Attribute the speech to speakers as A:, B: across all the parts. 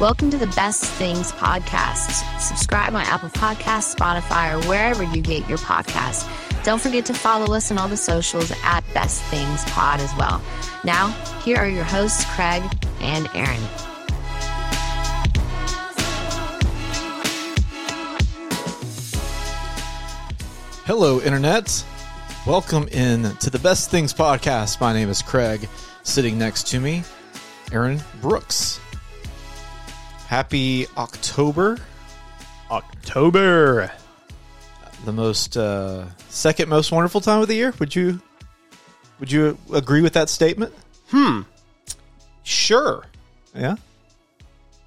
A: Welcome to the Best Things Podcast. Subscribe on Apple Podcasts, Spotify, or wherever you get your podcasts. Don't forget to follow us on all the socials at Best Things Pod as well. Now, here are your hosts, Craig and Aaron.
B: Hello, Internet. Welcome in to the Best Things Podcast. My name is Craig. Sitting next to me, Aaron Brooks. Happy October,
C: October.
B: the most uh, second most wonderful time of the year. Would you would you agree with that statement?
C: Sure.
B: Yeah,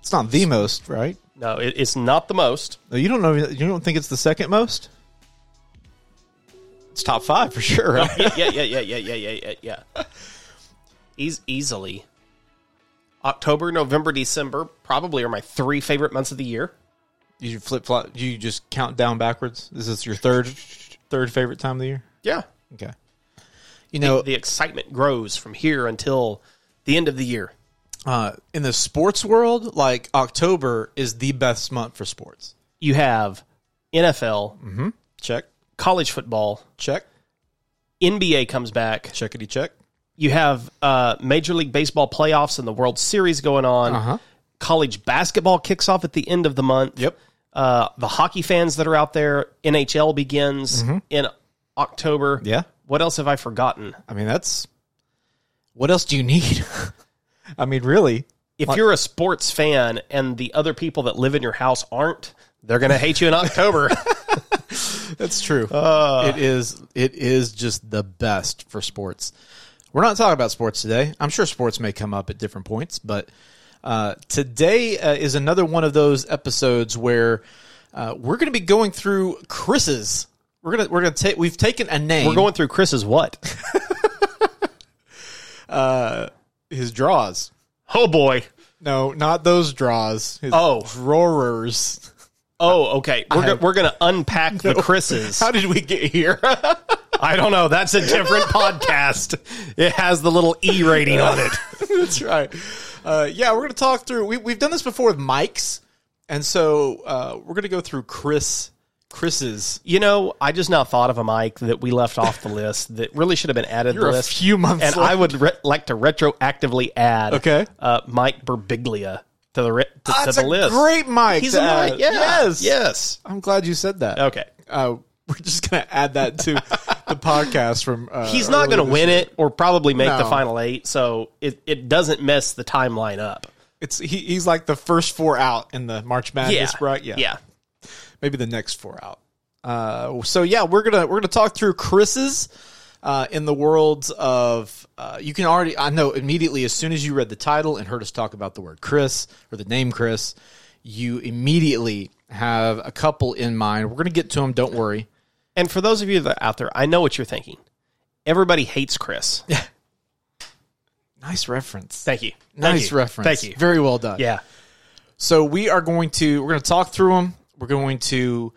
B: it's not the most, right?
C: No, it, it's not the most.
B: No, you don't know. You don't think it's the second most? It's top five for sure. Right?
C: Yeah, yeah, yeah, yeah, yeah, yeah, yeah, yeah, yeah. Eas- easily. October, November, December probably are my three favorite months of the year.
B: You flip flop. You just count down backwards. This is your third third favorite time of the year.
C: Yeah.
B: Okay. You know,
C: The excitement grows from here until the end of the year.
B: uh, in the sports world, like October is the best month for sports.
C: You have NFL,
B: Check,
C: college football,
B: check,
C: NBA comes back.
B: checkity check.
C: You have uh, Major League Baseball playoffs and the World Series going on.
B: Uh-huh.
C: College basketball kicks off at the end of the month.
B: Yep.
C: uh, the hockey fans that are out there. NHL begins in October.
B: Mm-hmm. Yeah.
C: What else have I forgotten?
B: I mean, that's what else do you need? I mean, really?
C: If you're a sports fan and the other people that live in your house aren't, they're going to hate you in October.
B: That's true. it is. It is just the best for sports. We're not talking about sports today. I'm sure sports may come up at different points, but uh, today uh, is another one of those episodes where uh, we're going to be going through Chris's. We're gonna we're gonna take we've taken a name.
C: We're going through Chris's what?
B: his draws.
C: Oh boy.
B: No, not those draws. His
C: Oh.
B: drawers.
C: Oh, okay. We're, go-
B: have-
C: we're going to unpack the Chris's.
B: How did we get here?
C: I don't know. That's a different podcast. It has the little E rating on it.
B: That's right. Uh, yeah, we're going to talk through. We, we've done this before with mics, and so uh, we're going to go through Chris Chris's.
C: You know, I just now thought of a mic that we left off the list that really should have been added to
B: You're a
C: the list.
B: few months
C: and I would re- like to retroactively add
B: Okay.
C: uh, Mike Berbiglia to the re- to, to
B: That's a
C: the list.
B: great mic.
C: He's
B: to
C: a mic.
B: add.
C: Yeah.
B: Yes.
C: Yes.
B: I'm glad you said that.
C: Okay.
B: Uh, we're just going to add that to the podcast from. Uh,
C: He's not going to
B: earlier
C: win
B: this-
C: it or probably make the
B: No.
C: final eight, so it, it doesn't mess the timeline up.
B: It's he, he's like the first four out in the March Madness, right?
C: yeah.
B: maybe the next four out. Uh, so yeah, we're gonna we're gonna talk through Chris's uh, in the world of uh, you can already I know immediately as soon as you read the title and heard us talk about the word Chris or the name Chris, you immediately have a couple in mind. We're gonna get to them. Don't worry.
C: And for those of you that are out there, I know what you're thinking. Everybody hates Chris.
B: Nice reference.
C: Thank you. Thank
B: nice
C: you.
B: reference.
C: Thank you.
B: Very well done.
C: yeah.
B: So we are going to we're going to talk through them. We're going to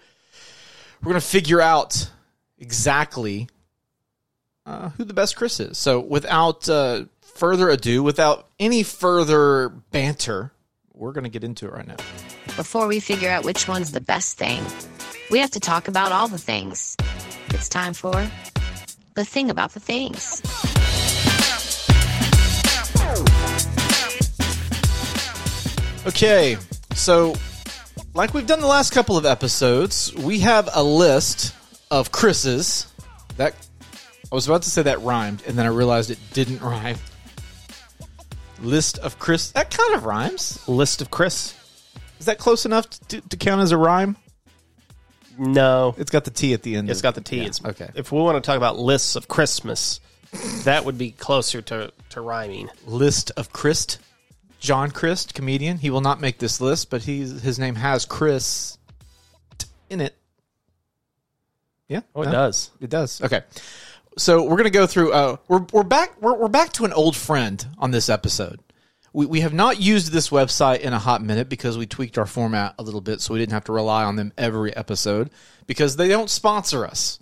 B: we're going to figure out exactly uh, who the best Chris is. So without uh, further ado, without any further banter, we're going to get into it right now.
A: Before we figure out which one's the best thing, we have to talk about all the things. It's time for the thing about the things.
B: Okay, so like we've done the last couple of episodes, we have a list of Chris's that I was about to say that rhymed, and then I realized it didn't rhyme. List of Chris that kind of rhymes.
C: List of Chris?
B: Is that close enough to, to count as a rhyme?
C: No.
B: It's got the T at the end.
C: It's got the T. It's,
B: okay.
C: If we want to talk about lists of Christmas, that would be closer to, to rhyming.
B: list of Christ. John Christ, comedian. He will not make this list, but he's, his name has Chris t- in it. Yeah.
C: Oh, it
B: No?
C: does.
B: It does. Okay. So we're gonna go through. Uh, we're we're back. We're, we're back to an old friend on this episode. We we have not used this website in a hot minute because we tweaked our format a little bit, so we didn't have to rely on them every episode because they don't sponsor us.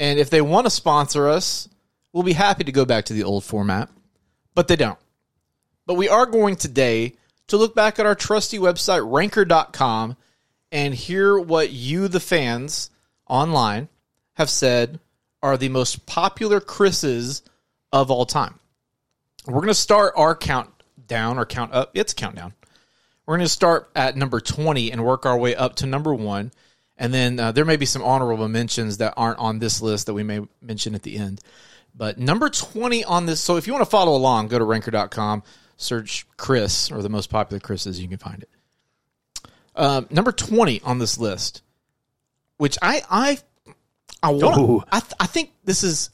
B: And if they want to sponsor us, we'll be happy to go back to the old format, but they don't. But we are going today to look back at our trusty website, ranker.com, and hear what you, the fans online, have said are the most popular Chris's of all time. We're going to start our countdown or count up. It's countdown. We're going to start at number 20 and work our way up to number one. And then uh, there may be some honorable mentions that aren't on this list that we may mention at the end. But number 20 on this. So if you want to follow along, go to ranker.com, search Chris or the most popular Chris's, you can find it. Um, number 20 on this list, which I, I, I
C: Ooh.
B: want, I, th- I think this is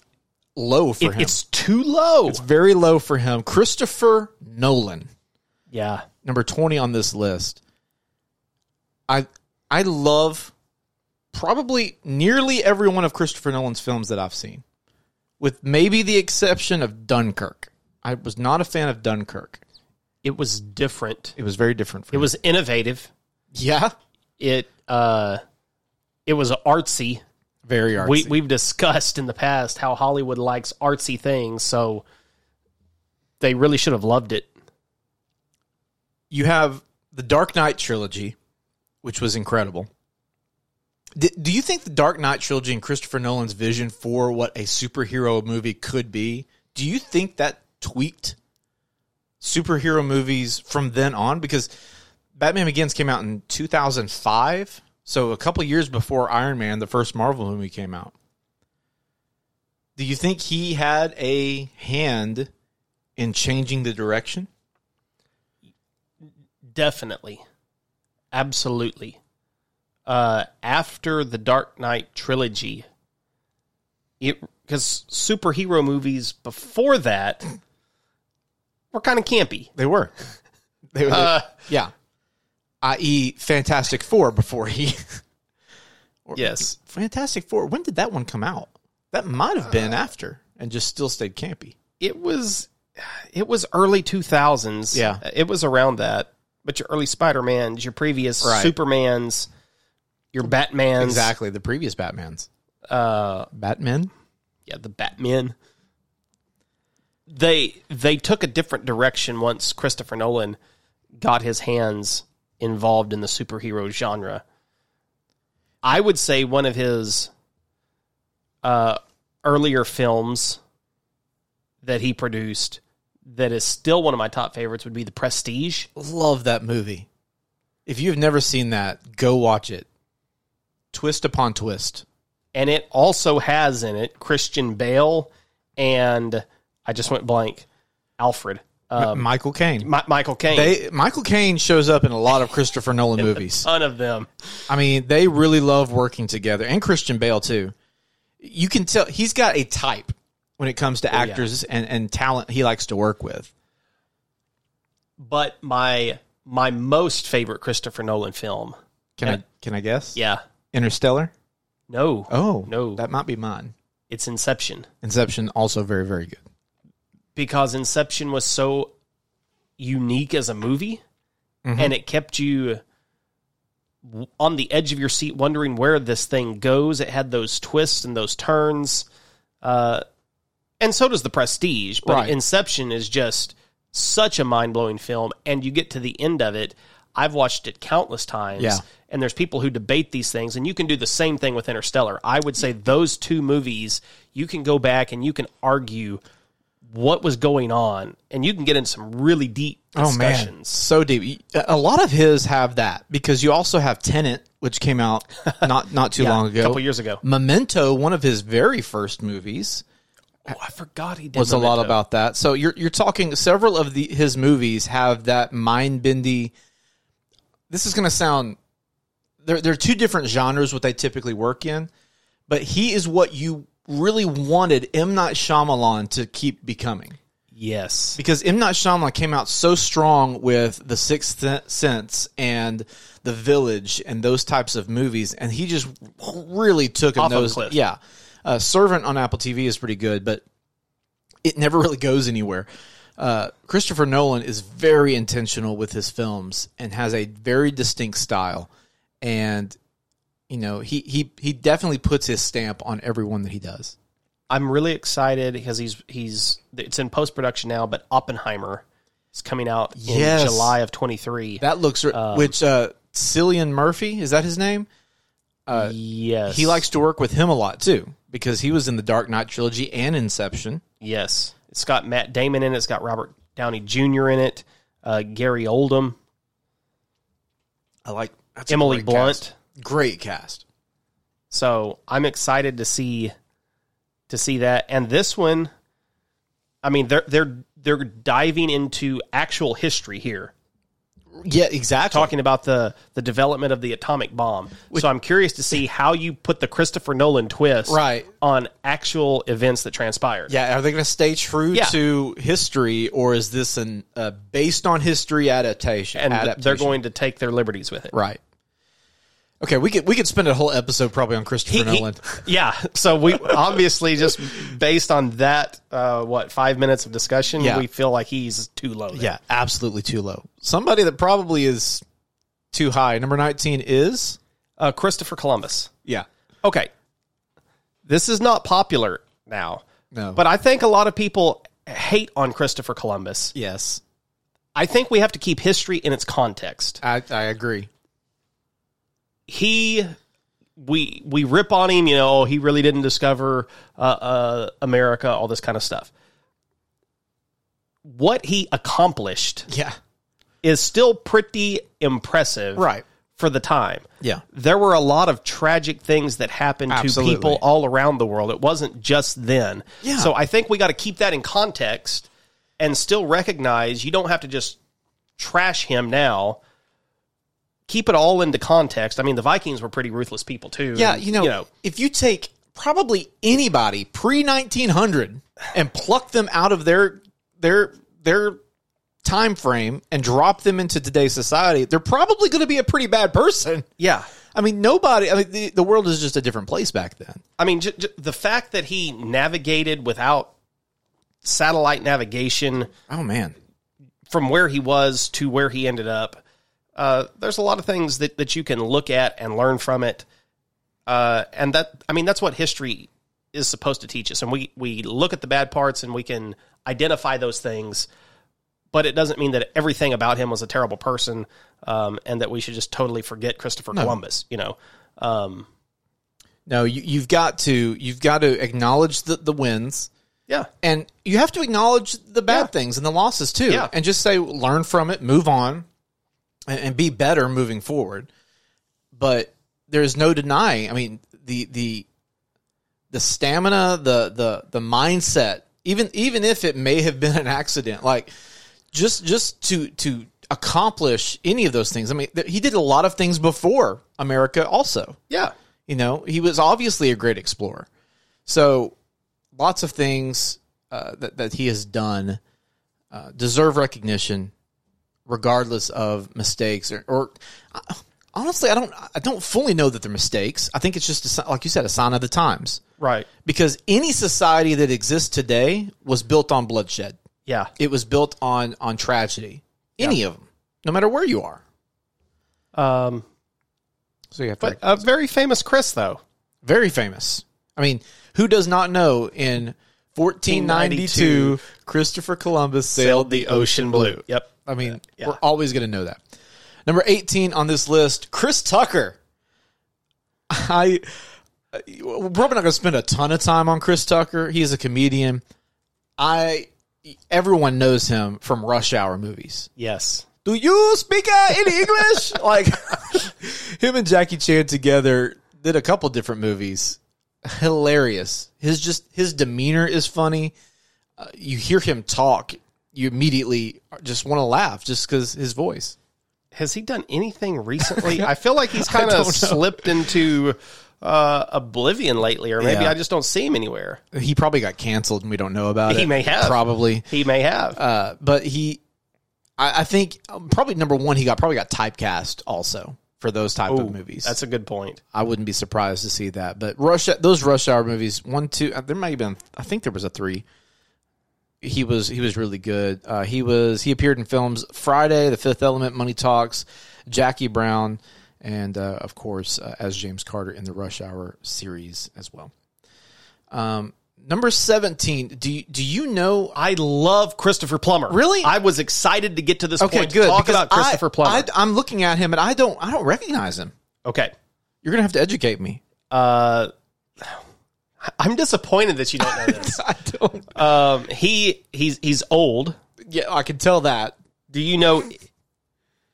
B: low for
C: It-
B: him.
C: it's too low.
B: It's very low for him. Christopher Nolan,
C: yeah.
B: number 20 on this list. I I love probably nearly every one of Christopher Nolan's films that I've seen, with maybe the exception of Dunkirk. I was not a fan of Dunkirk.
C: It was different.
B: It was very different for
C: It
B: me.
C: was innovative.
B: yeah,
C: It uh it was artsy.
B: very artsy.
C: We we've discussed in the past how Hollywood likes artsy things, so they really should have loved it.
B: you have the Dark Knight trilogy, which was incredible. D- do you think the Dark Knight trilogy and Christopher Nolan's vision for what a superhero movie could be, do you think that tweaked superhero movies from then on? Because Batman Begins came out in 2005, so a couple years before Iron Man, the first Marvel movie came out. Do you think he had a hand in changing the direction?
C: Definitely. Absolutely. Uh, after the Dark Knight trilogy, it because superhero movies before that were kind of campy.
B: They were. They were.
C: Uh,
B: yeah. I.e., E Fantastic Four before he. Or-
C: Yes.
B: Fantastic Four. When did that one come out? That might have been after and just still stayed campy.
C: It was it was early two thousands. Uh,
B: Yeah.
C: it was around that. But your early Spider Mans, your previous
B: Right.
C: Supermans, your Batmans,
B: Exactly. The previous Batmans.
C: Uh,
B: Batman?
C: yeah, the Batman. They they took a different direction once Christopher Nolan got his hands involved in the superhero genre. I would say one of his uh, earlier films that he produced that is still one of my top favorites would be The Prestige.
B: Love that movie. If you've never seen that, go watch it. Twist upon twist.
C: and it also has in it Christian Bale and I just went blank, Alfred, uh,
B: Um, Michael Caine.
C: Mi- Michael Caine,
B: They, Michael Caine shows up in a lot of Christopher Nolan movies.
C: ton of them.
B: I mean, they really love working together, and Christian Bale too. You can tell he's got a type when it comes
C: Oh,
B: to actors and, and talent he likes to work with.
C: But my my most favorite Christopher Nolan film,
B: Can I can I guess?
C: yeah,
B: Interstellar.
C: no,
B: Oh
C: no,
B: that might be mine.
C: it's Inception
B: Inception also very very good.
C: because Inception was so unique as a movie,
B: Mm-hmm.
C: and it kept you w- on the edge of your seat, wondering where this thing goes. It had those twists and those turns, uh, and so does the Prestige. But
B: Right.
C: Inception is just such a mind blowing film, and you get to the end of it. I've watched it countless times,
B: Yeah.
C: and there's people who debate these things, and you can do the same thing with Interstellar. I would say those two movies, you can go back and you can argue what was going on, and you can get into some really deep
B: Oh,
C: discussions.
B: so deep. A lot of his have that because you also have Tenet, which came out not not too
C: Yeah,
B: long ago,
C: a couple years ago.
B: Memento, one of his very first movies. Uh,
C: Oh, I forgot he did.
B: was a lot
C: Memento.
B: about that. So you're you're talking several of the his movies have that mind bendy. This is going to sound there. There are two different genres what they typically work in, but he is what you really wanted M Night Shyamalan to keep becoming
C: yes,
B: because M Night Shyamalan came out so strong with The Sixth Sense and The Village and those types of movies, and he just really took a
C: Off of a
B: nose.
C: cliff.
B: Yeah, uh, Servant on Apple TV is pretty good, but it never really goes anywhere. Uh, Christopher Nolan is very intentional with his films and has a very distinct style, and you know he he he definitely puts his stamp on every one that he does.
C: I'm really excited because he's he's it's in post production now, but Oppenheimer is coming out
B: Yes.
C: in July of 23.
B: That looks which uh Cillian Murphy is that his name?
C: yes.
B: uh, He likes to work with him a lot too because he was in the Dark Knight trilogy and Inception.
C: Yes. It's got Matt Damon in it. It's got Robert Downey Jr. in it. Uh, Gary Oldham.
B: I like that's a
C: Emily
B: great
C: Blunt.
B: cast. Great cast.
C: So I'm excited to see to see that. And this one, I mean, they're they're they're diving into actual history here,
B: Yeah, exactly.
C: talking about the the development of the atomic bomb. so I'm curious to see how you put the Christopher Nolan twist
B: Right.
C: on actual events that transpired.
B: Yeah, are they going to stay true
C: Yeah.
B: to history, or is this an uh, based on history adaptation?
C: and th-
B: adaptation?
C: they're going to take their liberties with it.
B: right. Okay, we could we could spend a whole episode probably on Christopher
C: He-
B: Nolan.
C: yeah. So we obviously just based on that, uh, what five minutes of discussion,
B: Yeah.
C: we feel like he's too low. there.
B: yeah, absolutely too low. Somebody that probably is too high. Number nineteen is
C: uh, Christopher Columbus.
B: yeah.
C: Okay. This is not popular now.
B: No.
C: But I think a lot of people hate on Christopher Columbus.
B: Yes,
C: I think we have to keep history in its context.
B: I, I agree.
C: He we we rip on him, you know, he really didn't discover uh, uh, America, all this kind of stuff. What he accomplished
B: Yeah,
C: is still pretty impressive
B: Right.
C: for the time.
B: yeah,
C: there were a lot of tragic things that happened
B: Absolutely.
C: to people all around the world. It wasn't just then.
B: Yeah.
C: So I think we got to keep that in context and still recognize you don't have to just trash him now. Keep it all into context. I mean, the Vikings were pretty ruthless people too.
B: yeah.
C: And,
B: You know, if you take probably anybody pre nineteen hundred and pluck them out of their their their time frame and drop them into today's society, they're probably going to be a pretty bad person.
C: yeah.
B: I mean, nobody. I mean, the, the world is just a different place back then.
C: I mean, j- j- the fact that he navigated without satellite navigation
B: Oh man,
C: from where he was to where he ended up. Uh, there's a lot of things that, that you can look at and learn from it. Uh, and that, I mean, that's what history is supposed to teach us. And we, we look at the bad parts and we can identify those things, but it doesn't mean that everything about him was a terrible person. Um, and that we should just totally forget Christopher Columbus, you know? Um,
B: no, you, you've got to you've got to acknowledge the, the wins,
C: yeah.
B: and you have to acknowledge the bad things and the losses too,
C: Yeah.
B: and just say learn from it, move on, and, and be better moving forward. But there is no denying. I mean, the the the stamina, the the the mindset, even even if it may have been an accident, like just just to to accomplish any of those things. I mean, th- he did a lot of things before America, also.
C: Yeah.
B: You know, he was obviously a great explorer. So, lots of things uh, that that he has done uh, deserve recognition, regardless of mistakes or. or uh, Honestly, I don't. I don't fully know that they're mistakes. I think it's just a, si- like you said, a sign of the times.
C: Right.
B: Because any society that exists today was built on bloodshed.
C: Yeah.
B: It was built on on tragedy. Any of them, no matter where you are.
C: Um,
B: So you have
C: but a very famous Chris though.
B: very famous. I mean, who does not know in 1492 Christopher Columbus sailed the ocean blue?
C: Yep.
B: I mean,
C: Yeah.
B: we're always going to know that. Number 18 on this list, Chris Tucker. I uh, we're probably not going to spend a ton of time on Chris Tucker. He's a comedian. I everyone knows him from Rush Hour movies
C: Yes.
B: do you speak uh, any English? like him and Jackie Chan together did a couple different movies. Hilarious. His just his demeanor is funny. Uh, you hear him talk, you immediately just want to laugh just because his voice.
C: has he done anything recently? I feel like he's kind
B: don't know.
C: of slipped into uh, oblivion lately, or maybe
B: Yeah.
C: I just don't see him anywhere.
B: He probably got canceled and we don't know about it.
C: He may have.
B: probably,
C: He may have.
B: uh, but he. I, I think um, probably number one he got probably got typecast also for those type of movies.
C: That's a good point.
B: I wouldn't be surprised to see that. But rush those rush hour movies one two uh, there might have been I think there was a three. He was he was really good. Uh, he was he appeared in films Friday, The Fifth Element, Money Talks, Jackie Brown, and uh, of course uh, as James Carter in the Rush Hour series as well. Um, Number 17. Do you, do you know?
C: I love Christopher Plummer.
B: Really?
C: I was excited to get to this
B: Okay,
C: point.
B: good.
C: To talk
B: because
C: about Christopher
B: I,
C: Plummer.
B: I, am looking at him and I don't I don't recognize him.
C: okay.
B: You're gonna have to educate me.
C: Uh, I'm disappointed that you don't know this.
B: I don't.
C: um, he he's he's old.
B: Yeah, I can tell that.
C: Do you know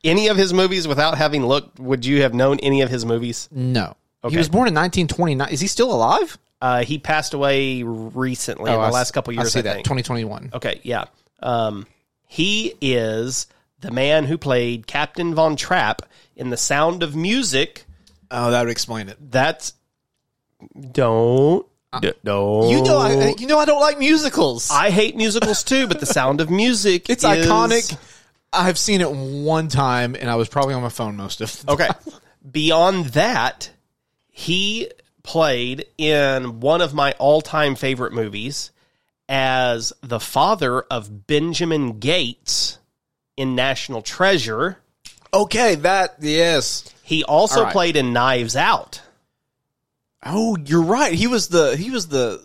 C: any of his movies without having looked? Would you have known any of his movies?
B: No.
C: Okay.
B: He was born in 1929. Is he still alive?
C: Uh, he passed away recently in
B: Oh, I
C: the
B: s-
C: last couple years.
B: I see that.
C: think.
B: 2021.
C: Okay, yeah. Um, he is the man who played Captain Von Trapp in The Sound of Music.
B: Oh, that would explain it.
C: That's don't d- don't
B: Uh, You know,
C: Oh.
B: I, you know, I don't like musicals.
C: I hate musicals too, but The Sound of Music
B: it's
C: is-
B: iconic. I've seen it one time, and I was probably on my phone most of. The
C: Okay. Beyond that, he played in one of my all-time favorite movies as the father of Benjamin Gates in National Treasure.
B: Okay, that yes.
C: He also
B: All right.
C: played in Knives Out.
B: Oh, you're right. He was the he was the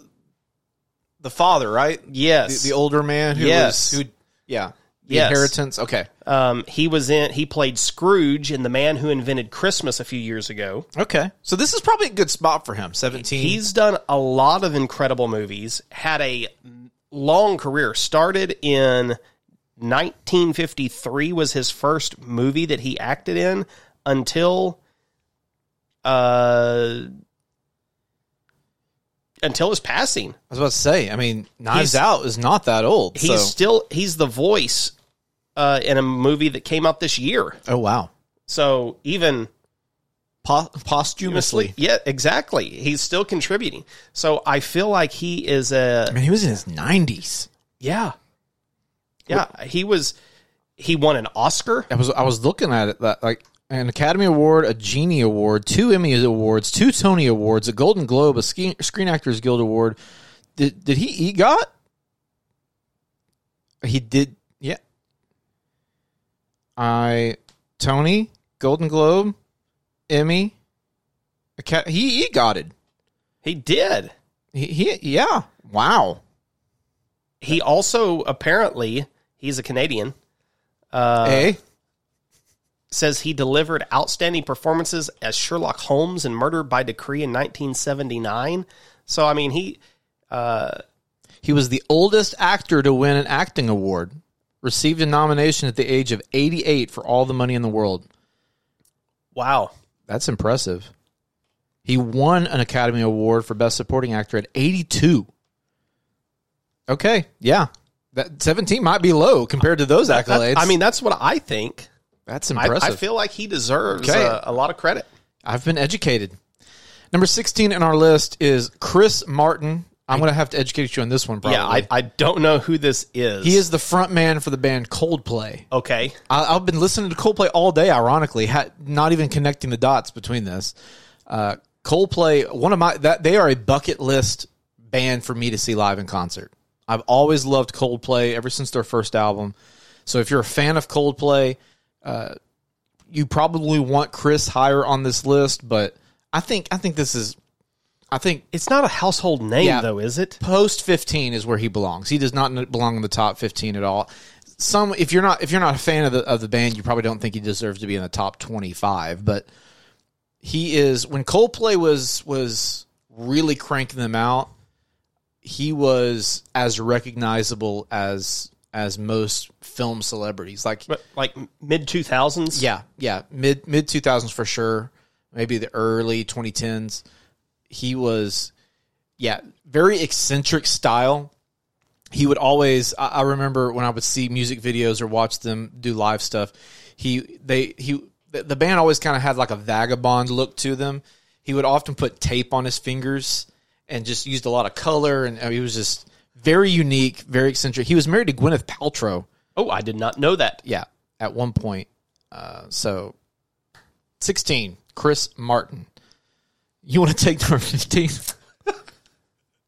B: the father, right? The,
C: Yes.
B: the older man who
C: Yes.
B: was who yeah. The
C: Yes.
B: inheritance. Okay.
C: um, he was in. He played Scrooge in The Man Who Invented Christmas a few years ago.
B: Okay. So this is probably a good spot for him. 17.
C: He's done a lot of incredible movies. Had a long career. Started in 1953 was his first movie that he acted in until uh until his passing.
B: I was about to say, I mean, Knives
C: He's-
B: Out is not that old.
C: He's
B: so.
C: still he's the voice uh, in a movie that came out this year.
B: Oh wow.
C: So even
B: Po- posthumously.
C: yeah, exactly. He's still contributing. So I feel like he is a
B: I mean, he was in his 90s.
C: yeah, yeah. He was he won an Oscar.
B: I was I was looking at it that like an Academy Award, a Genie Award, two Emmy Awards, two Tony Awards, a Golden Globe, a Ske- Screen Actors Guild Award. Did did he EGOT? He did. Yeah. I Tony Golden Globe, Emmy. Aca- he EGOTed.
C: He did.
B: He, he yeah. Wow.
C: He also apparently he's a Canadian. Uh,
B: hey.
C: Says he delivered outstanding performances as Sherlock Holmes in Murder by Decree in 1979. So I mean he
B: He was the oldest actor to win an acting award. Received a nomination at the age of 88 for All the Money in the World.
C: wow
B: That's impressive. He won an Academy Award for Best Supporting Actor at 82. Okay, yeah. That 17 might be low compared to those accolades.
C: I mean that's what I think.
B: that's
C: I,
B: impressive.
C: I feel like he deserves
B: Okay.
C: uh, a lot of credit.
B: I've been educated. Number 16 in our list is Chris Martin. I'm going to have to educate you on this one, probably.
C: Yeah, I, I don't know who this is.
B: he is the front man for the band Coldplay.
C: okay.
B: I, I've been listening to Coldplay all day, ironically, ha- not even connecting the dots between this. Uh, Coldplay, one of my that they are a bucket list band for me to see live in concert. I've always loved Coldplay ever since their first album. So if you're a fan of Coldplay, uh, you probably want Chris higher on this list, but I think I think this is I think
C: It's not a household name,
B: Yeah.
C: though, is it?
B: post 15 is where he belongs. He does not n- belong in the top 15 at all. Some if you're not if you're not a fan of the of the band, you probably don't think he deserves to be in the top 25, but he is when Coldplay was was really cranking them out, he was as recognizable as as most film celebrities. Like
C: But like mid two thousands.
B: yeah, yeah, mid mid two thousands for sure. Maybe the early twenty tens. He was, yeah, very eccentric style. He would always. I, I remember when I would see music videos or watch them do live stuff. He they he the the band always kind of had like a vagabond look to them. He would often put tape on his fingers and just used a lot of color, and I mean, he was just very unique, very eccentric. He was married to Gwyneth Paltrow
C: Oh, I did not know that.
B: yeah, at one point. Uh, so, 16, Chris Martin. You want to take number 15?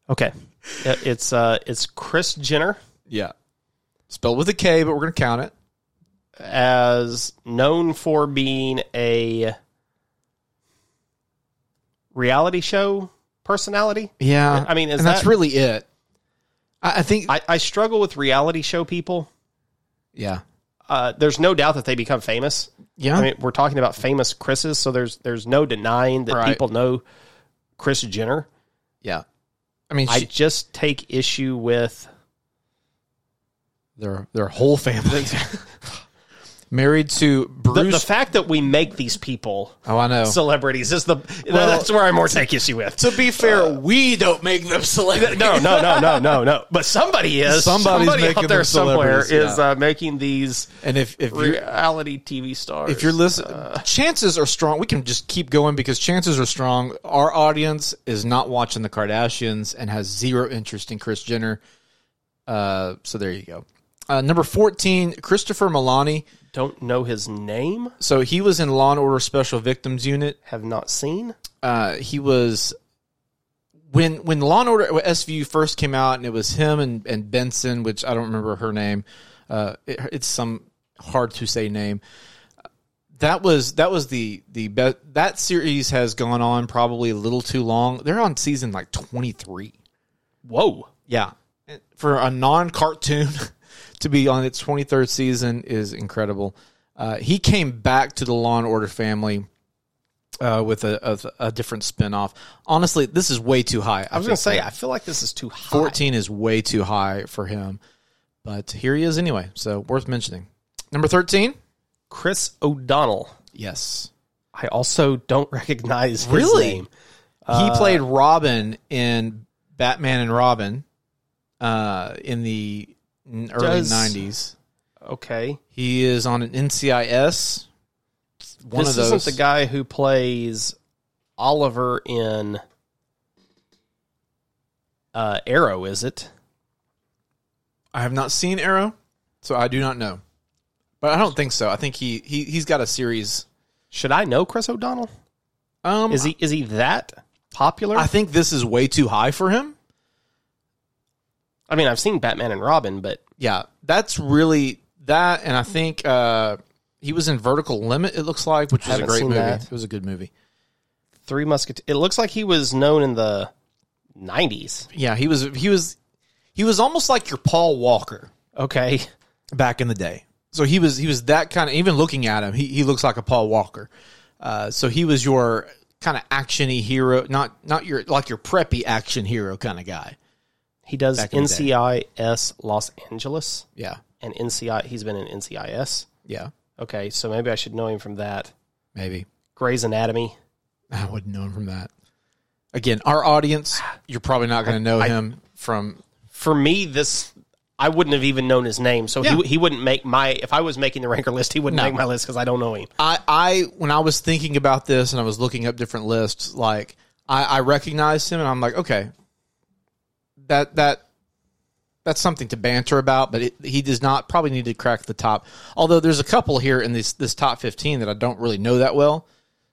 C: Okay. Uh, It's uh, it's Chris Jenner,
B: yeah. Spelled with a K, but we're going to count it.
C: as known for being a reality show personality.
B: Yeah.
C: I mean, is
B: and that's
C: that-
B: really it. I, I think.
C: I, I struggle with reality show people.
B: yeah.
C: Uh, there's no doubt that they become famous.
B: Yeah.
C: I mean, we're talking about famous Chris's, so there's there's no denying that
B: Right.
C: people know Chris Jenner.
B: yeah. I mean,
C: I
B: she,
C: just take issue with
B: their their whole family married to Bruce.
C: the, the fact that we make these people
B: oh, I know.
C: celebrities is the that's where I more take issue with.
B: to be fair, we don't make them celebrities.
C: no, no, no, no, no, no. But somebody is
B: Somebody's
C: somebody
B: making
C: out there
B: them
C: somewhere
B: celebrities,
C: is uh, making these
B: And if if you
C: reality TV stars.
B: if you're listening, chances are strong. We can just keep going because chances are strong. Our audience is not watching the Kardashians and has zero interest in Chris Jenner. Uh, so there you go. Uh, number fourteen, Christopher Milani.
C: don't know his name,
B: So he was in Law and Order Special Victims Unit.
C: have not seen.
B: Uh, he was when when Law and Order SVU first came out, and it was him and and Benson, which I don't remember her name. Uh, it, it's some hard to say name. That was that was the the be- that series has gone on probably a little too long. They're on season like twenty three.
C: Whoa.
B: Yeah, for a non cartoon to be on its twenty third season is incredible. Uh, he came back to the Law and Order family. Uh, with a, a, a different spinoff. Honestly, this is way too high.
C: I was going to say, I feel like this is too high.
B: 14 is way too high for him. But here he is anyway, so worth mentioning. Number 13?
C: Chris O'Donnell.
B: Yes.
C: I also don't recognize his
B: Really?
C: name.
B: he played Robin in Batman and Robin uh, in the n- early
C: Does-
B: 90s.
C: Okay.
B: He is on an NCIS. One of
C: this
B: those.
C: isn't the guy who plays Oliver in uh, Arrow, is it?
B: I have not seen Arrow, so I do not know. But I don't think so. I think he, he he's got a series.
C: Should I know Chris O'Donnell?
B: Um,
C: Is he is he that popular?
B: I think this is way too high for him.
C: I mean, I've seen Batman and Robin, but
B: yeah, that's really that, and I think uh, he was in Vertical Limit. It looks like, which was a
C: Haven't
B: great
C: seen
B: movie.
C: that.
B: It was a good movie.
C: Three Musketeers. It looks like he was known in the '90s.
B: Yeah, he was he was he was almost like your Paul Walker
C: Okay,
B: back in the day. So he was he was that kind of. Even looking at him, he he looks like a Paul Walker. Uh, so he was your kind of actiony hero, not not your like your preppy action hero kind of guy.
C: he does
B: in the day.
C: NCIS Los Angeles
B: Yeah,
C: and NCI. He's been in NCIS.
B: yeah,
C: Okay, so maybe I should know him from that.
B: maybe
C: Grey's Anatomy.
B: I wouldn't know him from that. Again, our audience, you're probably not going to know him from
C: For me, this I wouldn't have even known his name, so
B: Yeah.
C: he he wouldn't make my. If I was making the ranker list, he wouldn't
B: No.
C: make my list because I don't know him.
B: I, I when I was thinking about this and I was looking up different lists, like I, I recognized him and I'm like, okay, that that that's something to banter about, but it, he does not probably need to crack the top. Although there's a couple here in this this top 15 that I don't really know that well,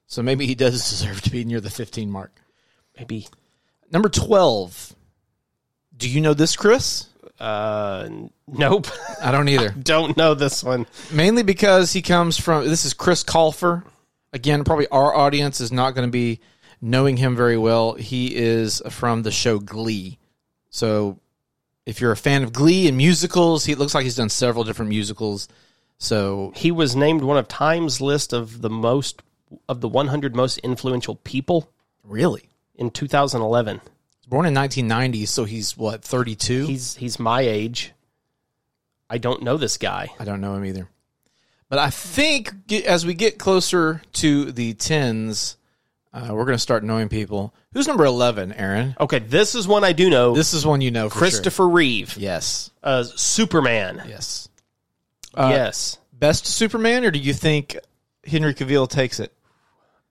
B: so maybe he does deserve to be near the 15 mark.
C: Maybe
B: Number 12. Do you know this, Chris?
C: uh, n- nope.
B: I don't either.
C: don't know this one.
B: mainly because he comes from this is Chris Colfer. Again, probably our audience is not going to be knowing him very well. He is from the show Glee. So if you're a fan of Glee and musicals, he looks like he's done several different musicals. So
C: He was named one of Time's list of the most of the 100 most influential people
B: really,
C: in 2011.
B: born in 1990, so he's what 32.
C: He's he's my age. I don't know this guy.
B: I don't know him either. But I think ge- as we get closer to the tens, uh, we're going to start knowing people. Who's number 11, Aaron?
C: Okay, this is one I do know.
B: This is one you know, for sure.
C: Christopher Reeve,
B: Yes.
C: uh, Superman.
B: Yes. Uh,
C: yes,
B: Best Superman, or do you think Henry Cavill takes it?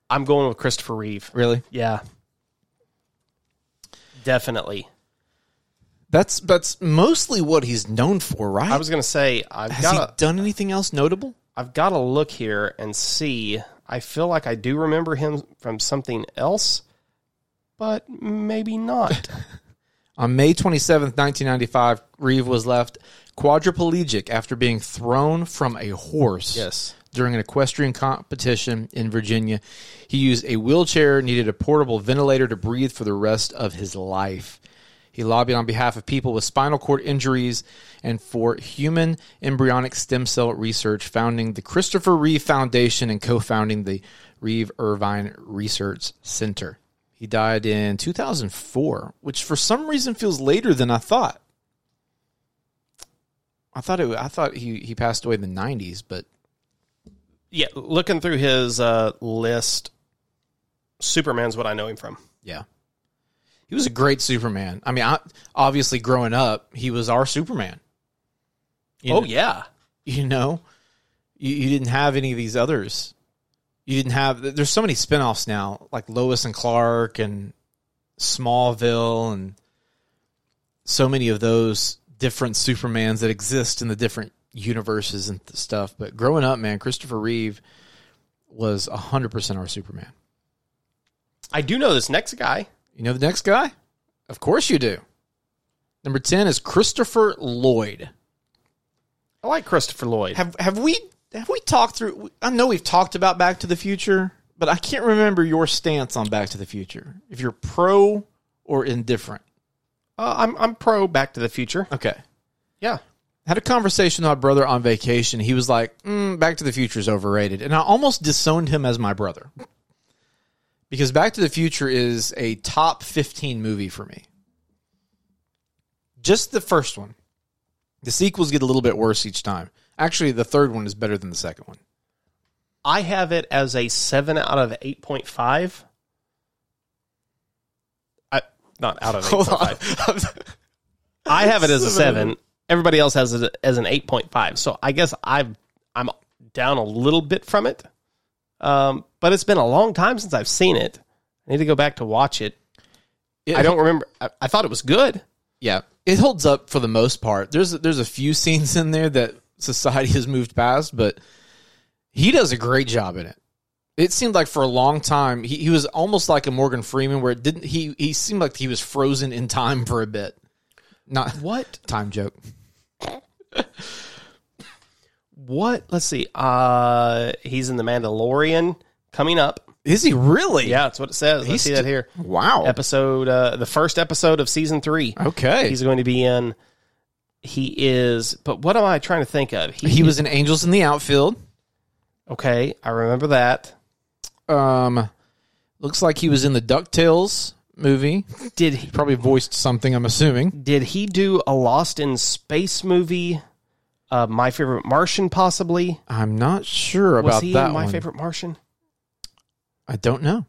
C: I'm going with Christopher Reeve.
B: Really?
C: Yeah, definitely.
B: That's that's mostly what he's known for, right?
C: I was gonna say I've
B: Has
C: got
B: he done anything else notable?
C: I've got to look here and see. I feel like I do remember him from something else, but maybe not.
B: On May 27th, 1995, Reeve was left quadriplegic after being thrown from a horse
C: Yes.
B: during an equestrian competition in Virginia. He used a wheelchair, needed a portable ventilator to breathe for the rest of his life. He lobbied on behalf of people with spinal cord injuries and for human embryonic stem cell research, founding the Christopher Reeve Foundation and co founding the Reeve Irvine Research Center. He died in 2004, which for some reason feels later than I thought. I thought it. I thought he, he passed away in the 90s, but
C: Yeah, looking through his uh, list, Superman's what I know him from.
B: Yeah. He was a great Superman. I mean, I, obviously, growing up, he was our Superman. You
C: Oh
B: know,
C: yeah,
B: You know, you, you didn't have any of these others. You didn't have, there's so many spinoffs now, like Lois and Clark and Smallville and so many of those different Supermans that exist in the different universes and th- stuff. But growing up, man, Christopher Reeve was 100% our Superman.
C: I do know this next guy.
B: You know the next guy? Of course you do. Number 10 is Christopher Lloyd.
C: I like Christopher Lloyd.
B: Have have we have we talked through I know we've talked about Back to the Future, but I can't remember your stance on Back to the Future. If you're pro or indifferent.
C: Uh, I'm I'm pro Back to the Future.
B: Okay.
C: Yeah,
B: Had a conversation with my brother on vacation. He was like, mm, Back to the Future is overrated. And I almost disowned him as my brother. Because Back to the Future is a top 15 movie for me. Just the first one. The sequels get a little bit worse each time. Actually, the third one is better than the second one.
C: I have it as a seven out of eight point five. I not out of eight point five. I have it as a seven. Everybody else has it as an eight point five. So I guess I've I'm down a little bit from it. Um, but it's been a long time since I've seen it. I need to go back to watch it.
B: It-
C: I don't remember. I, I thought it was good.
B: Yeah, it holds up for the most part. There's there's a few scenes in there that society has moved past, but he does a great job in it. It seemed like for a long time he, he was almost like a Morgan Freeman, where it didn't he he seemed like he was frozen in time for a bit. Not
C: What?
B: time joke.
C: What? Let's see. Uh, he's in the Mandalorian coming up.
B: Is he really?
C: Yeah, that's what it says. I
B: He's
C: see
B: sti-
C: that here.
B: Wow.
C: Episode, uh, the first episode of season three.
B: okay.
C: He's going to be in. He is, but what am I trying to think of?
B: he was in Angels in the Outfield.
C: okay. I remember that.
B: Um, looks like he was in the Ducktales movie.
C: Did he,
B: Probably voiced something. I'm assuming.
C: did he do a Lost in Space movie? Uh, My Favorite Martian, possibly.
B: I'm not sure
C: Was
B: about
C: he
B: that
C: in My
B: one.
C: Favorite Martian?
B: I don't know.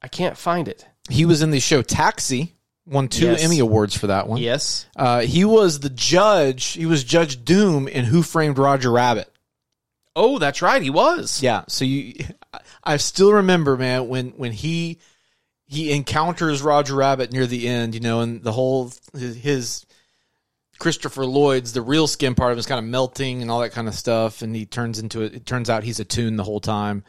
C: I can't find it.
B: He was in the show Taxi, won two
C: Yes.
B: Emmy awards for that one.
C: Yes.
B: Uh, he was the judge. He was Judge Doom in Who Framed Roger Rabbit.
C: Oh, that's right. He was.
B: Yeah. So you, I- I still remember, man, when when he he encounters Roger Rabbit near the end, you know, and the whole his, his Christopher Lloyd's the real skin part of him is kind of melting and all that kind of stuff, and he turns into it. It turns out he's attuned the whole time.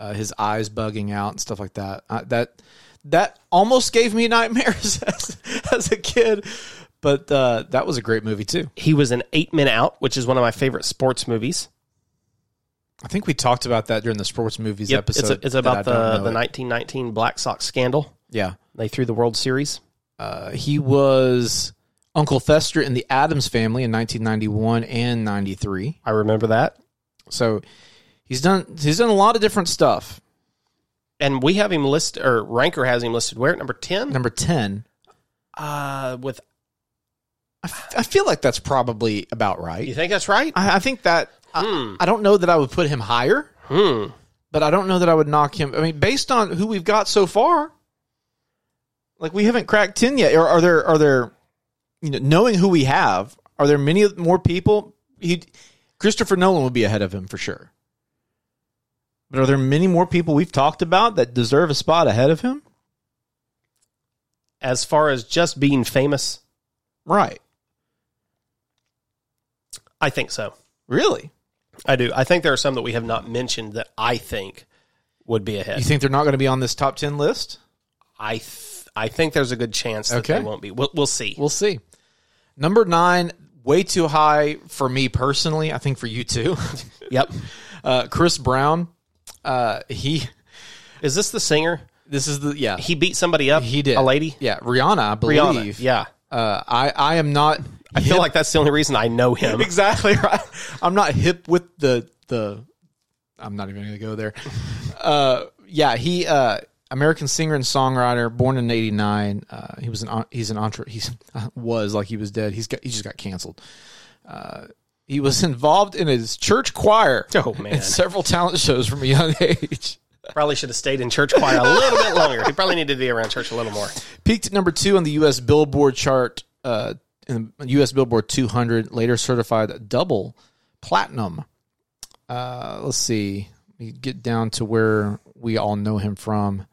B: Uh, his eyes bugging out and stuff like that. Uh, that that almost gave me nightmares as, as a kid, but uh, that was a great movie too.
C: He was in Eight Men Out, which is one of my favorite sports movies.
B: I think we talked about that during the sports movies
C: Yep,
B: episode.
C: it's, a, it's
B: that I
C: about the,
B: don't know
C: the
B: it.
C: 1919 Black Sox scandal.
B: Yeah.
C: They threw the World Series.
B: Uh, he was Uncle Fester in the Adams Family in 1991 and 93.
C: I remember that.
B: So he's done he's done a lot of different stuff.
C: And we have him listed, or Ranker has him listed where at number 10?
B: Number 10.
C: Uh, with
B: I, f- I feel like that's probably about
C: You
B: right.
C: think that's right?
B: I, I think that uh,
C: Uh,
B: I, I don't know that I would put him higher,
C: Hmm.
B: but I don't know that I would knock him. I mean, based on who we've got so far, like we haven't cracked 10 yet. Are, are there are there you know knowing who we have, are there many more people he Christopher Nolan would be ahead of him for sure. But are there many more people we've talked about that deserve a spot ahead of him?
C: As far as just being famous,
B: Right.
C: I think so.
B: Really?
C: I do. I think there are some that we have not mentioned that I think would be ahead.
B: You think they're not going to be on this top 10 list?
C: I th- I think there's a good chance that
B: Okay.
C: they won't be. We'll, we'll see.
B: We'll see. Number nine, way too high for me personally. I think for you too.
C: yep.
B: Uh, Chris Brown, uh, he
C: Is this the singer?
B: This is the yeah.
C: He beat somebody up.
B: He did
C: a lady.
B: Yeah, Rihanna, I believe.
C: Rihanna, yeah.
B: Uh, I I am not.
C: I feel like that's the only reason I know him.
B: exactly right. I'm not hip with the the. I'm not even going to go there. Uh, yeah, he uh, American singer and songwriter, born in '89. Uh, he was an he's an entre he's was like he was dead. He's got he just got canceled. Uh, he was involved in his church choir.
C: Oh, man.
B: and several talent shows from a young age.
C: Probably should have stayed in church choir a little bit longer. He probably needed to be around church a little more.
B: peaked at number two on the U.S. Billboard chart uh, in the U.S. Billboard 200. Later certified double platinum. Uh, let's see. We get down to where we all know him from.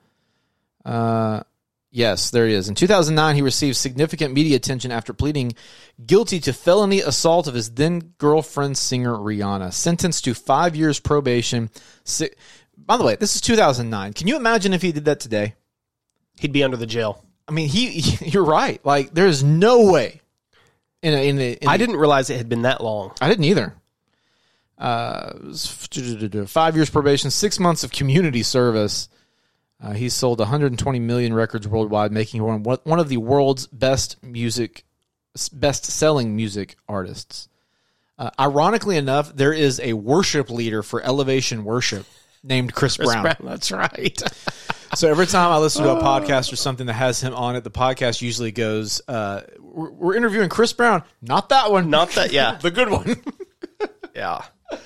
B: Uh, yes, there he is. In 2009, he received significant media attention after pleading guilty to felony assault of his then girlfriend, singer Rihanna, sentenced to five years probation. Si- By the way, this is 2009. Can you imagine if he did that today?
C: He'd be under the jail.
B: I mean, he, you're right. Like, there is no way. In a, in a, in
C: I
B: a-
C: didn't realize it had been that long.
B: I didn't either. Uh, it was five years probation, six months of community service. Uh, he sold 120 million records worldwide, making him one one of the world's best music, best selling music artists. Uh, ironically enough, there is a worship leader for Elevation Worship named Chris, Brown.
C: That's right.
B: So every time I listen
C: Oh.
B: to a podcast or something that has him on it, the podcast usually goes, uh, we're, "We're interviewing Chris Brown, not that one,
C: Not that. Yeah.
B: the good one."
C: Yeah.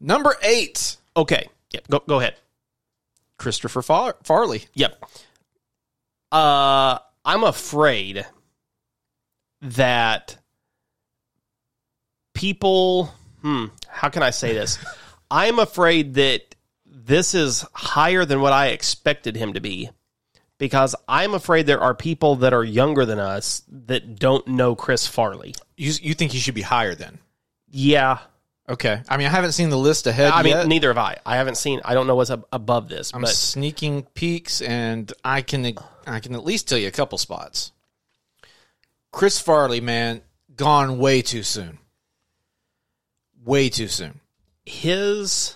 B: Number eight,
C: Okay. Yep. Go. Go ahead.
B: Christopher Far- Farley.
C: Yep. Uh, I'm afraid that people. Hmm. How can I say this? I'm afraid that this is higher than what I expected him to be because I'm afraid there are people that are younger than us that don't know Chris Farley.
B: You you think he should be higher then?
C: Yeah.
B: Okay, I mean I haven't seen the list ahead.
C: I mean,
B: yet.
C: neither have I. I haven't seen, I don't know what's ab- above this,
B: I'm
C: but
B: sneaking peeks, and I can I can at least tell you a couple spots. Chris Farley, man, gone way too soon. Way too soon.
C: his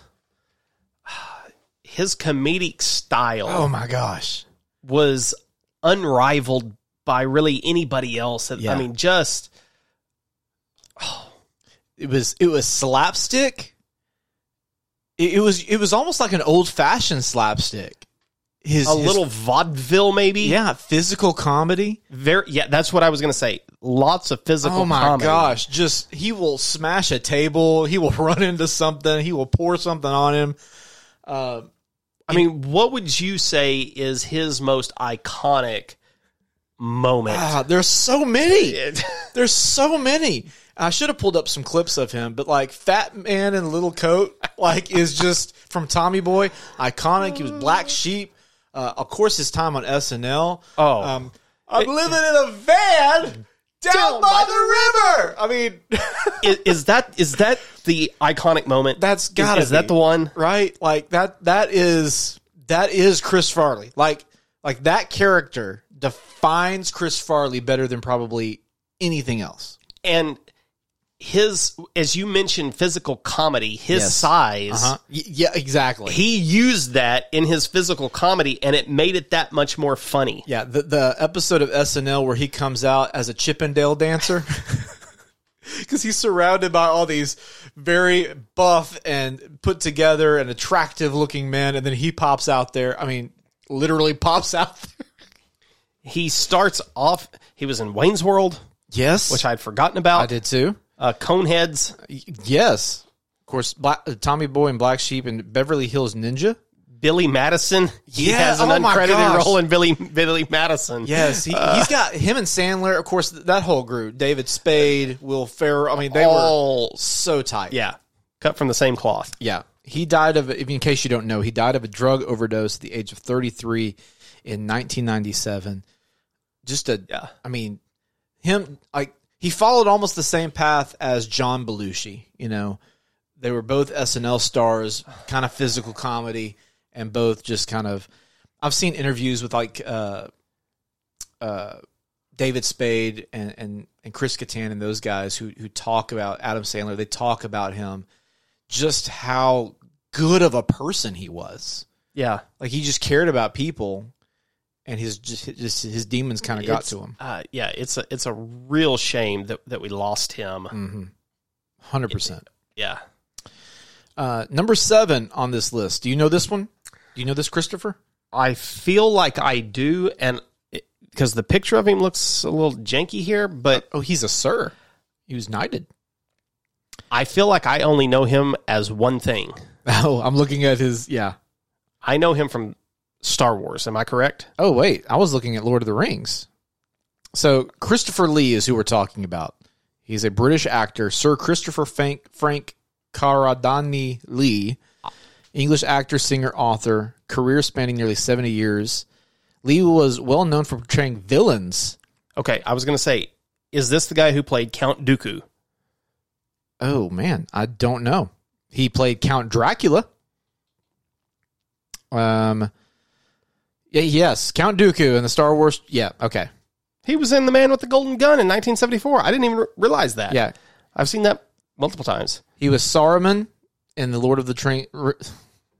C: his comedic style
B: Oh my gosh.
C: was unrivaled by really anybody else.
B: Yeah.
C: I mean, just
B: it was it was slapstick. It, it was it was almost like an old fashioned slapstick. His
C: a
B: his-
C: little vaudeville, maybe.
B: yeah physical comedy.
C: very. Yeah, that's what I was gonna say. Lots of physical.
B: Oh my
C: comedy.
B: gosh! Just he will smash a table. He will run into something. He will pour something on him.
C: I mean, what would you say is his most iconic moment?
B: Ah, there's so many.
C: It-
B: There's so many. I should have pulled up some clips of him, but like Fat Man in Little Coat, like is just from Tommy Boy, iconic. He was Black Sheep. Uh, of course, his time on SNL.
C: Oh.
B: um, I'm living in a van down,
C: Down
B: by
C: by
B: the river. I mean,
C: is, is that is that the iconic moment?
B: That's
C: Is-
B: gotta
C: Is, that
B: be.
C: the one?
B: right? Like that. That is that is Chris Farley. Like like that character defines Chris Farley better than probably anything else.
C: And his, as you mentioned, physical comedy. His
B: Yes. Uh-huh.
C: size.
B: Y- yeah, exactly.
C: he used that in his physical comedy and it made it that much more funny.
B: Yeah, the, the episode of SNL where he comes out as a Chippendale dancer. Because he's surrounded by all these very buff and put together and attractive looking men. And then he pops out there. I mean, literally pops out there.
C: He starts off, he was in Wayne's World,
B: Yes.
C: which I'd forgotten about.
B: too.
C: Uh, Coneheads,
B: Yes. Of course, Black, uh, Tommy Boy and Black Sheep and Beverly Hills Ninja.
C: Billy Madison. He
B: Yeah,
C: has an
B: oh my
C: uncredited
B: gosh.
C: role in Billy Billy Madison.
B: Yes, he, he's got him and Sandler. Of course, th- that whole group: David Spade, Will Ferrell. I mean, they
C: all
B: were so tight.
C: yeah, cut from the same cloth.
B: Yeah. He died of, if- in case you don't know, he died of a drug overdose at the age of 33 in 1997. Just a, I
C: Yeah.
B: mean, him, like, he followed almost the same path as John Belushi. You know, they were both SNL stars, kind of physical comedy, and both just kind of. I've seen interviews with, like, uh, David Spade and, and, and Chris Kattan and those guys who who talk about Adam Sandler, they talk about him just how good of a person he was.
C: Yeah.
B: Like he just cared about people, and his just, just his demons kind of got
C: It's-
B: to him.
C: Uh, yeah, it's a it's a real shame that, that we lost him.
B: Hundred percent.
C: Yeah.
B: Uh, number seven on this list. Do you know this one? Do you know this Christopher?
C: I feel like I do and because the picture of him looks a little janky here, but
B: Oh, he's a sir. He was knighted.
C: I feel like I only know him as one thing.
B: Oh, I'm looking at his. Yeah.
C: I know him from Star Wars. Am I correct?
B: Oh wait, I was looking at Lord of the Rings. So Christopher Lee is who we're talking about. He's a British actor, Sir Christopher Frank, Frank Caradani Lee, English actor, singer, author, career spanning nearly seventy years. Lee was well known for portraying villains.
C: Okay, I was gonna say, is this the guy who played Count Dooku?
B: Oh man, I don't know. He played Count Dracula. Um, y- yes, Count Dooku in the Star Wars. Yeah, okay,
C: He was in The Man with the Golden Gun in 1974. I didn't even re- realize that.
B: yeah.
C: I've seen that multiple times.
B: He was Saruman in the Lord of the Train. R-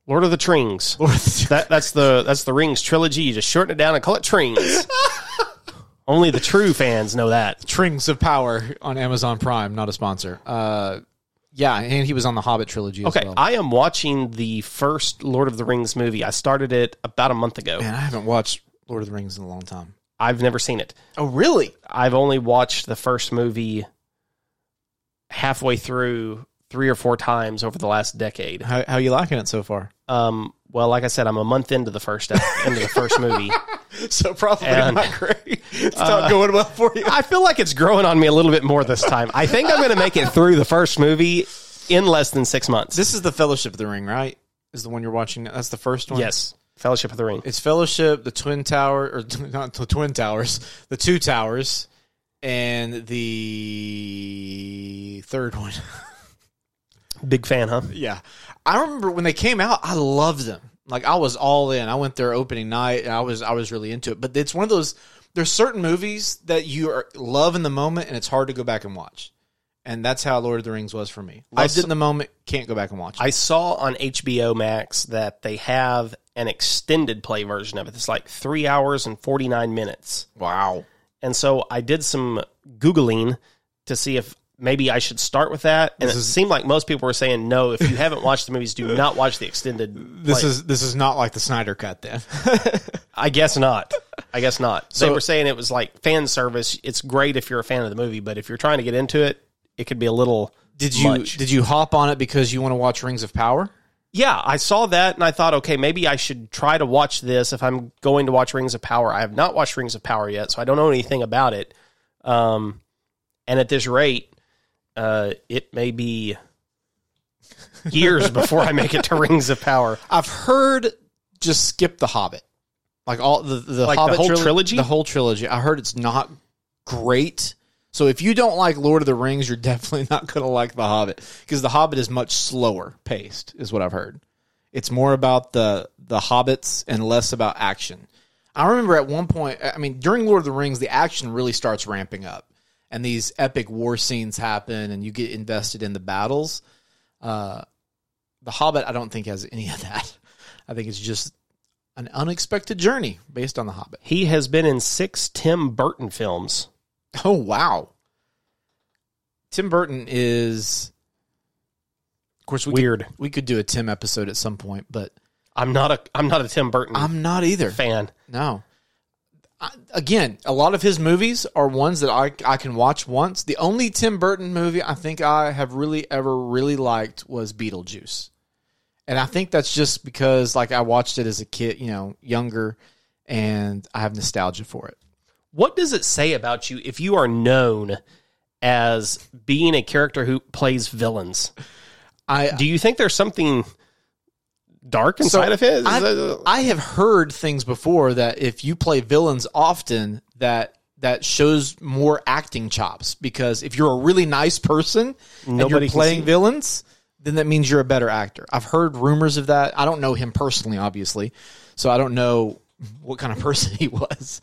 C: Lord of the Trings.
B: Lord of the-
C: That that's the that's the Rings trilogy. You just shorten it down and call it Trings. Only the true fans know that.
B: Trings of Power on Amazon Prime, not a sponsor. Uh, yeah, and he was on the Hobbit trilogy.
C: Okay,
B: as well.
C: I am watching the first Lord of the Rings movie. I started it about a month ago.
B: man, I haven't watched Lord of the Rings in a long time.
C: I've never seen it.
B: Oh, really?
C: I've only watched the first movie halfway through three or four times over the last decade.
B: How, how you liking it so far?
C: Um, well, like I said, I'm a month into the first into the first movie.
B: So probably
C: And-
B: not great. It's not going well for you.
C: I feel like it's growing on me a little bit more this time. I think I'm going to make it through the first movie in less than six months.
B: This is the Fellowship of the Ring, right? Is the one you're watching? now? That's the first one.
C: yes, Fellowship of the Ring.
B: it's Fellowship, the Twin Tower, or t- not the Twin Towers, the Two Towers, and the third one.
C: Big fan, huh?
B: Yeah. I remember when they came out, I loved them. Like I was all in. I went there opening night and I was I was really into it. But it's one of those there's certain movies that you are love in the moment and it's hard to go back and watch. And that's how Lord of the Rings was for me. Loved it in the moment, can't go back and watch. it.
C: I saw on HBO Max that they have an extended play version of it. It's like three hours and 49 minutes.
B: wow.
C: And so I did some Googling to see if maybe I should start with that. And
B: This
C: it
B: is-
C: seemed like most people were saying, no, if you haven't watched the movies, do not watch the extended.
B: This
C: play.
B: is this is not like the Snyder cut then.
C: I guess not. I guess not.
B: So-
C: they were saying it was like fan service. It's great if you're a fan of the movie, but if you're trying to get into it, it could be a little.
B: Did you
C: much.
B: did you hop on it because you want to watch Rings of Power?
C: Yeah, I saw that and I thought, okay, maybe I should try to watch this if I'm going to watch Rings of Power. I have not watched Rings of Power yet, so I don't know anything about it. Um, and at this rate, uh, it may be years before I make it to Rings of Power.
B: I've heard just skip the Hobbit, like all the the,
C: Like the
B: Hobbit
C: whole
B: trilo-
C: trilogy?
B: the whole trilogy. I heard it's not great. So if you don't like Lord of the Rings, you're definitely not going to like the Hobbit because the Hobbit is much slower paced, is what I've heard. It's more about the the hobbits and less about action. I remember at one point, I mean, during Lord of the Rings, the action really starts ramping up, and these epic war scenes happen, and you get invested in the battles. Uh, The Hobbit, I don't think has any of that. I think it's just an unexpected journey based on The Hobbit.
C: He has been in six Tim Burton films.
B: Oh wow! Tim Burton is, of course, we
C: Weird.
B: Could, we could do a Tim episode at some point, but
C: I'm not a I'm not a Tim Burton
B: I'm not either.
C: fan.
B: No. I, again, a lot of his movies are ones that I I can watch once. The only Tim Burton movie I think I have really ever really liked was Beetlejuice. And I think that's just because like I watched it as a kid, you know, younger and I have nostalgia for it.
C: What does it say about you if you are known as being a character who plays villains?
B: I
C: Do you think there's something dark inside of his? uh,
B: I, I have heard things before that if you play villains often, that that shows more acting chops because if you're a really nice person and
C: Nobody
B: you're
C: can see
B: playing
C: it.
B: villains, then that means you're a better actor. I've heard rumors of that. I don't know him personally, obviously, so I don't know what kind of person he was.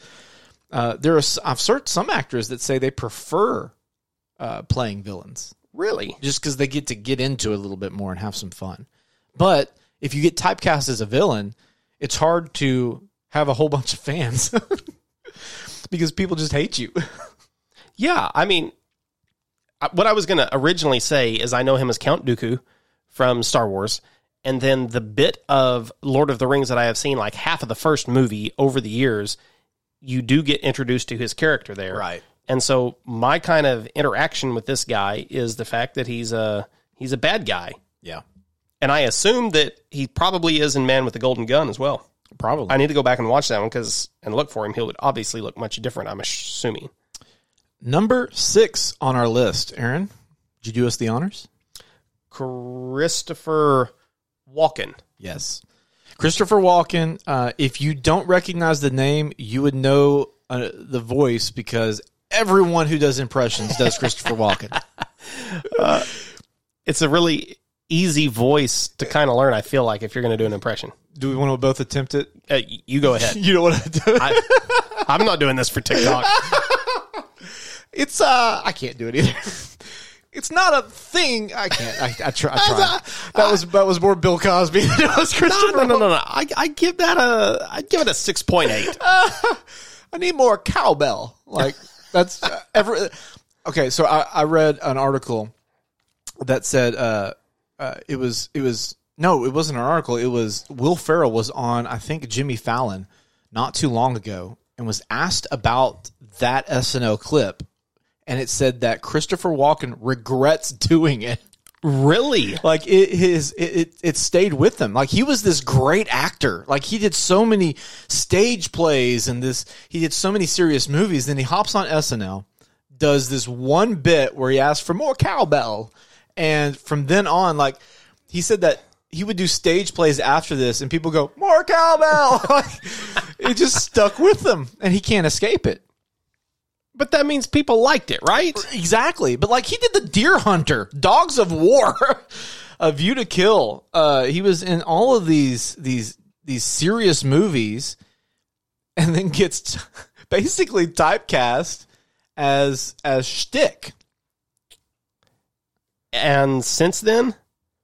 B: Uh, there are s- I've heard some actors that say they prefer uh, playing villains
C: really?
B: just because they get to get into it a little bit more and have some fun. But if you get typecast as a villain, it's hard to have a whole bunch of fans because people just hate you.
C: Yeah, I mean, I- what I was going to originally say is I know him as Count Dooku from Star Wars, and then the bit of Lord of the Rings that I have seen, like half of the first movie over the years, you do get introduced to his character there,
B: Right.
C: And so my kind of interaction with this guy is the fact that he's a he's a bad guy,
B: Yeah,
C: and I assume that he probably is in Man with the Golden Gun as well.
B: probably.
C: I need to go back and watch that one because and look for him. He would obviously look much different. I'm assuming.
B: Number six on our list, Aaron. Did you do us the honors?
C: Christopher Walken.
B: Yes. Christopher Walken. Uh, if you don't recognize the name, you would know uh, the voice because everyone who does impressions does Christopher Walken.
C: It's a really easy voice to kind of learn. I feel like if you're going to do an impression,
B: Do we want to both attempt it?
C: uh, y- you go ahead.
B: You don't want to do it.
C: I, I'm not doing this for TikTok.
B: It's uh, I can't do it either. It's not a thing. I can't. I, I try. I tried. that was that was more Bill Cosby than it was
C: No,
B: Christopher.
C: no, no, no, no. I, I give that a I give it a six point eight.
B: I need more cowbell. Like that's uh, every. Okay, so I, I read an article that said uh, uh, it was it was no, it wasn't an article. It was Will Ferrell was on I think Jimmy Fallon not too long ago and was asked about that SNL clip, and it said that Christopher Walken regrets doing it.
C: Really?
B: like it his it, it it stayed with him like he was this great actor like he did so many stage plays and this he did so many serious movies then he hops on SNL does this one bit where he asks for more cowbell and from then on like he said that he would do stage plays after this and people go more cowbell like, it just stuck with him and he can't escape it
C: But that means people liked it, right?
B: Exactly. But like he did the Deer Hunter, Dogs of War, A View to Kill. Uh, he was in all of these these these serious movies, and then gets t- basically typecast as as shtick.
C: And since then,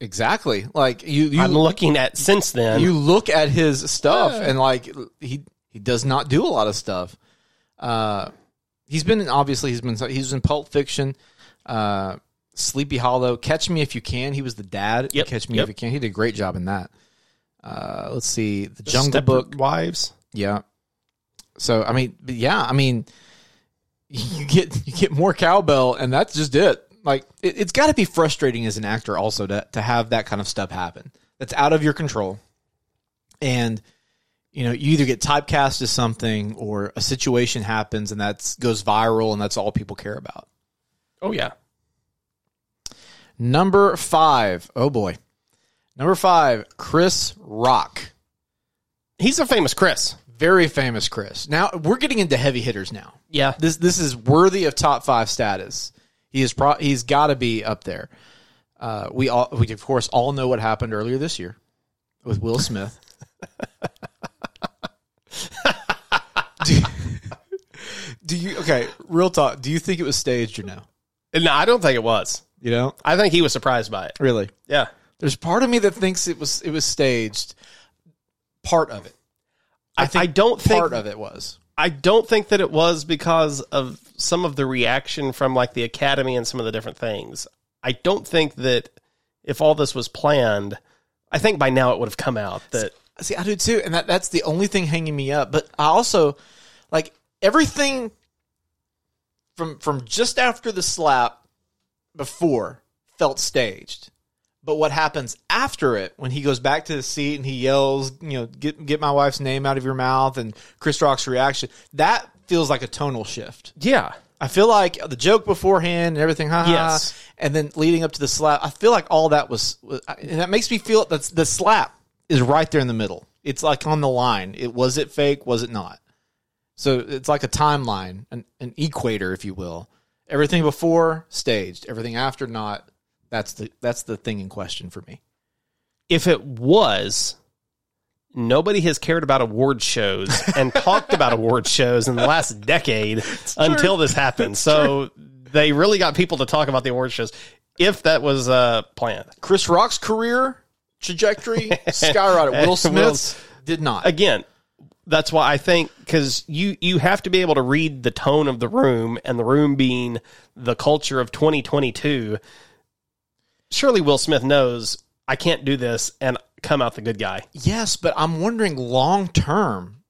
B: Exactly. Like you you
C: I'm looking at since then.
B: you look at his stuff and like he he does not do a lot of stuff. Uh, he's been in, obviously he's been he's in Pulp Fiction, uh, Sleepy Hollow, Catch Me If You Can. He was the dad. in
C: Yep,
B: Catch Me
C: yep.
B: If You Can. He did a great job in that. Uh, let's see, The Jungle
C: Stepford
B: Book.
C: wives.
B: Yeah. So I mean, but yeah, I mean, you get you get more cowbell, and that's just it. Like it, it's got to be frustrating as an actor also to to have that kind of stuff happen that's out of your control, and you know you either get typecast as something or a situation happens and that's goes viral and that's all people care about.
C: Oh yeah.
B: Number five, oh boy, number five, Chris Rock.
C: He's a famous Chris.
B: Very famous Chris. Now we're getting into heavy hitters now.
C: Yeah.
B: this this is worthy of top five status. He is pro- he's got to be up there. Uh, we all we of course all know what happened earlier this year with Will Smith. do, do you okay? Real talk. Do you think it was staged or no?
C: No, I don't think it was.
B: You know,
C: I think he was surprised by it.
B: really.
C: Yeah.
B: There's part of me that thinks it was it was staged. Part of it.
C: I, I don't think
B: Part of it was.
C: I don't think that it was because of some of the reaction from like the academy and some of the different things. I don't think that if all this was planned, I think by now it would have come out that
B: See, I do too, and that that's the only thing hanging me up. But I also like everything from from just after the slap before felt staged. But what happens after it when he goes back to the seat and he yells, you know, get get my wife's name out of your mouth and Chris Rock's reaction, that feels like a tonal shift.
C: yeah,
B: I feel like the joke beforehand and everything, ha ha,
C: Yes.
B: and then leading up to the slap. I feel like all that was, was- and that makes me feel that the slap is right there in the middle. It's like on the line. It was it fake? Was it not? So it's like a timeline, an, an equator, if you will. Everything before staged, everything after not. That's the that's the thing in question for me.
C: if it was nobody has cared about award shows and talked about award shows in the last decade until this happened. So they really got people to talk about the award shows if that was uh planned.
B: Chris Rock's career trajectory skyrocketed. Will Smith's Did not.
C: again that's why i think because you you have to be able to read the tone of the room and the room being the culture of 2022 surely will smith knows i can't do this and come out the good guy
B: Yes, but I'm wondering long term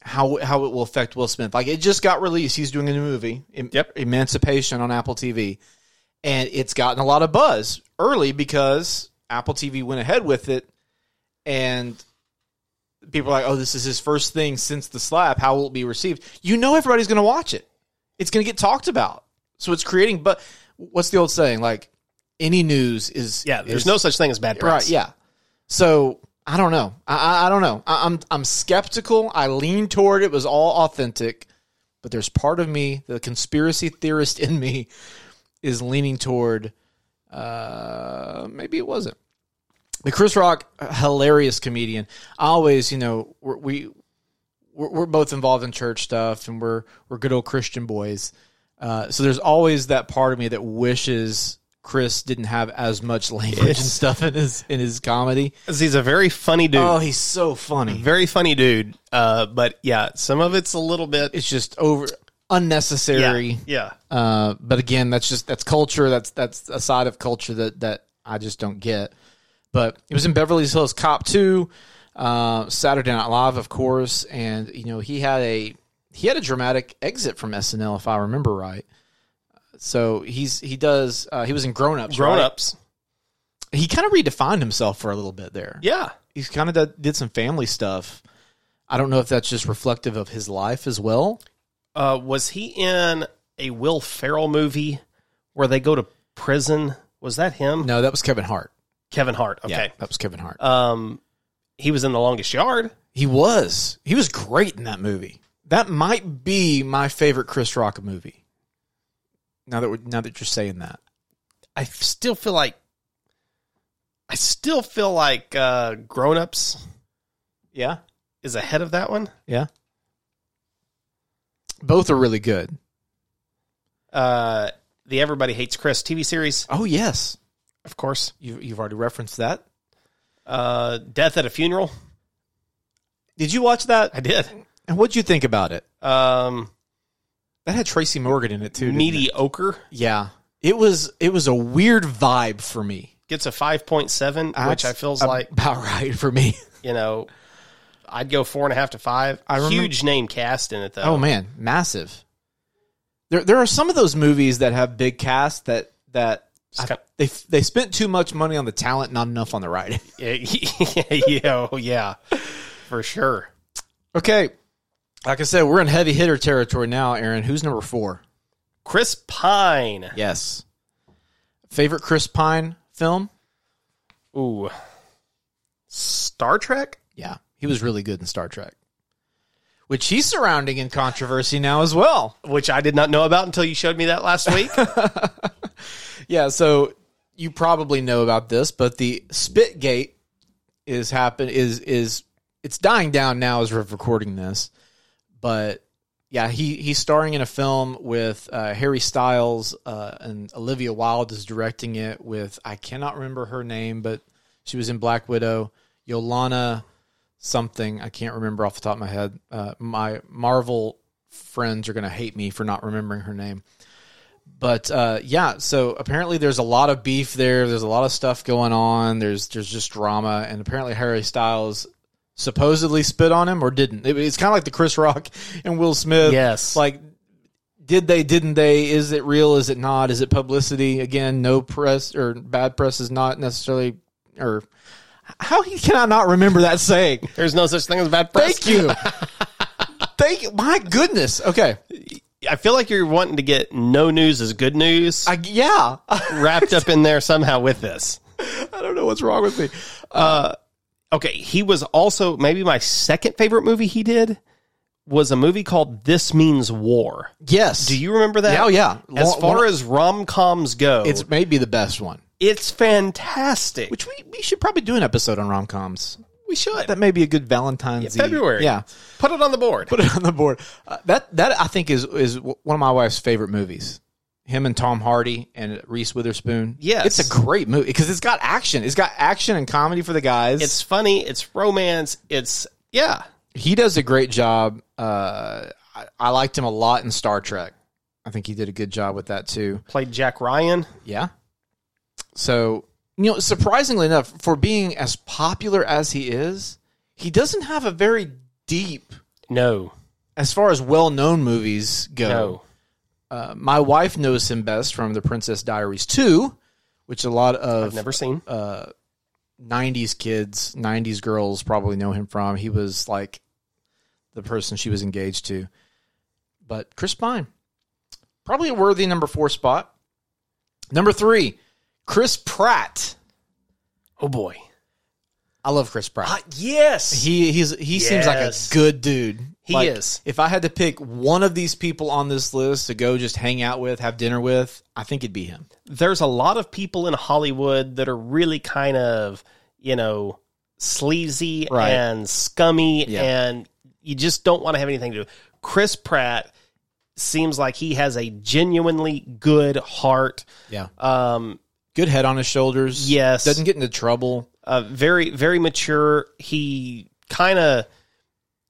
B: how how it will affect Will Smith. Like it just got released. He's doing a new movie, Em-
C: Yep.
B: Emancipation on Apple TV, and it's gotten a lot of buzz early because Apple TV went ahead with it, and people are like, "Oh, this is his first thing since the slap. How will it be received?" You know, everybody's going to watch it. It's going to get talked about. So it's creating. But what's the old saying? Like any news is
C: yeah there's
B: is-
C: no such thing as bad press
B: Right. Yeah. So I don't know. I, I, I don't know. I, I'm I'm skeptical. I lean toward it was all authentic, but there's part of me, the conspiracy theorist in me, is leaning toward uh, maybe it wasn't. But Chris Rock, a hilarious comedian. I always, you know, we're, we we're, we're both involved in church stuff, and we're we're good old Christian boys. Uh, so there's always that part of me that wishes Chris didn't have as much language and stuff in his in his comedy.
C: 'Cause he's a very funny dude
B: Oh, he's so funny.
C: very funny dude uh but yeah some of it's a little bit
B: It's just over unnecessary.
C: yeah, yeah
B: Uh, but again, that's just that's culture. That's that's a side of culture that that I just don't get. But it was in Beverly Hills Cop Two, uh, Saturday Night Live, of course, and you know he had a he had a dramatic exit from SNL, if I remember right. So he's he does uh, he was in Grown Ups.
C: grown ups
B: He kind of redefined himself for a little bit there.
C: yeah
B: he's kind of did, did some family stuff. I don't know if that's just reflective of his life as well.
C: uh, was he in a Will Ferrell movie where they go to prison? Was that him?
B: No, that was Kevin Hart.
C: Kevin Hart.
B: Yeah,
C: Okay.
B: that was Kevin Hart.
C: Um, he was in The Longest Yard.
B: He was. He was great in that movie. That might be my favorite Chris Rock movie. Now that we're, now that you're saying that,
C: I f- still feel like I still feel like uh, Grown Ups
B: yeah,
C: is ahead of that one.
B: yeah, both are really good.
C: Uh, the Everybody Hates Chris TV series,
B: Oh yes,
C: of course.
B: you, you've already referenced that.
C: Uh, Death at a Funeral.
B: Did you watch that?
C: I did.
B: And what'd you think about it?
C: Um,
B: That had Tracy Morgan in it too. didn't it?
C: mediocre
B: Yeah, it was. It was a weird vibe for me,
C: gets a five point seven, which I feels
B: ab-
C: like
B: about right for me.
C: you know, I'd go four and a half to five.
B: I remember-
C: Huge name cast in it though.
B: Oh man, massive. There, there are some of those movies that have big casts that that
C: Just
B: I-
C: kind-
B: they they spent too much money on the talent, not enough on the writing.
C: yeah, oh, yeah, for sure.
B: okay, like I said, we're in heavy hitter territory now. Aaron, who's number four?
C: Chris Pine.
B: Yes, favorite Chris Pine film?
C: Ooh, Star Trek.
B: Yeah, he was really good in Star Trek, which he's surrounding in controversy now as well.
C: Which I did not know about until you showed me that last week.
B: Yeah, so you probably know about this, but the Spitgate is happen is is it's dying down now as we're recording this. But yeah, he he's starring in a film with uh, Harry Styles uh, and Olivia Wilde is directing it with I cannot remember her name, but she was in Black Widow, Yolana something I can't remember off the top of my head. Uh, my Marvel friends are going to hate me for not remembering her name. But uh, yeah, so apparently there's a lot of beef there. There's a lot of stuff going on. There's there's just drama, and apparently Harry Styles supposedly spit on him or didn't. It- it's kind of like the Chris Rock and Will Smith.
C: Yes.
B: like did they? Didn't they? Is it real? Is it not? Is it publicity? Again, no press or bad press is not necessarily. Or how can I not remember that saying?
C: There's no such thing as bad press.
B: Thank you. Thank you. My goodness. Okay.
C: I feel like you're wanting to get no news is good news
B: I, yeah.
C: wrapped up in there somehow with this.
B: I don't know what's wrong with me.
C: Okay, he was also maybe my second favorite movie he did was a movie called This Means War.
B: Yes.
C: Do you remember that?
B: Yeah, yeah.
C: As
B: Long-
C: far
B: one-
C: as rom coms go,
B: It's
C: it's
B: maybe the best one.
C: it's fantastic.
B: Which we, we should probably do an episode on rom coms.
C: we should
B: That may be a good Valentine's
C: February.
B: Yeah.
C: put it on the board.
B: Put it on the board. Uh, that that I think is is w- one of my wife's favorite movies. Him and Tom Hardy and Reese Witherspoon.
C: Yes.
B: It's a great movie because it's got action. It's got action and comedy for the guys.
C: it's funny. It's romance. It's Yeah.
B: He does a great job. Uh, I, I liked him a lot in Star Trek. I think he did a good job with that too.
C: Played Jack Ryan.
B: Yeah. So, you know, surprisingly enough, for being as popular as he is, he doesn't have a very deep,
C: No.
B: as far as well known movies go.
C: No.
B: Uh, my wife knows him best from The Princess Diaries 2, which a lot of
C: I've never seen.
B: 90s kids, 90s girls probably know him from. He was like the person she was engaged to. But Chris Pine, probably a worthy number four spot. Number three, Chris Pratt.
C: oh boy.
B: I love Chris Pratt.
C: yes.
B: he he's he seems like a
C: Yes.
B: good dude.
C: He
B: Like,
C: is.
B: If I had to pick one of these people on this list to go just hang out with, have dinner with, I think it'd be him.
C: There's a lot of people in Hollywood that are really kind of, you know, sleazy
B: Right.
C: and scummy
B: Yeah.
C: and you just don't want to have anything to do. Chris Pratt seems like he has a genuinely good heart.
B: Yeah.
C: Um
B: Uh, Good head on his shoulders.
C: yes.
B: Doesn't get into trouble.
C: uh, very very mature. He kind of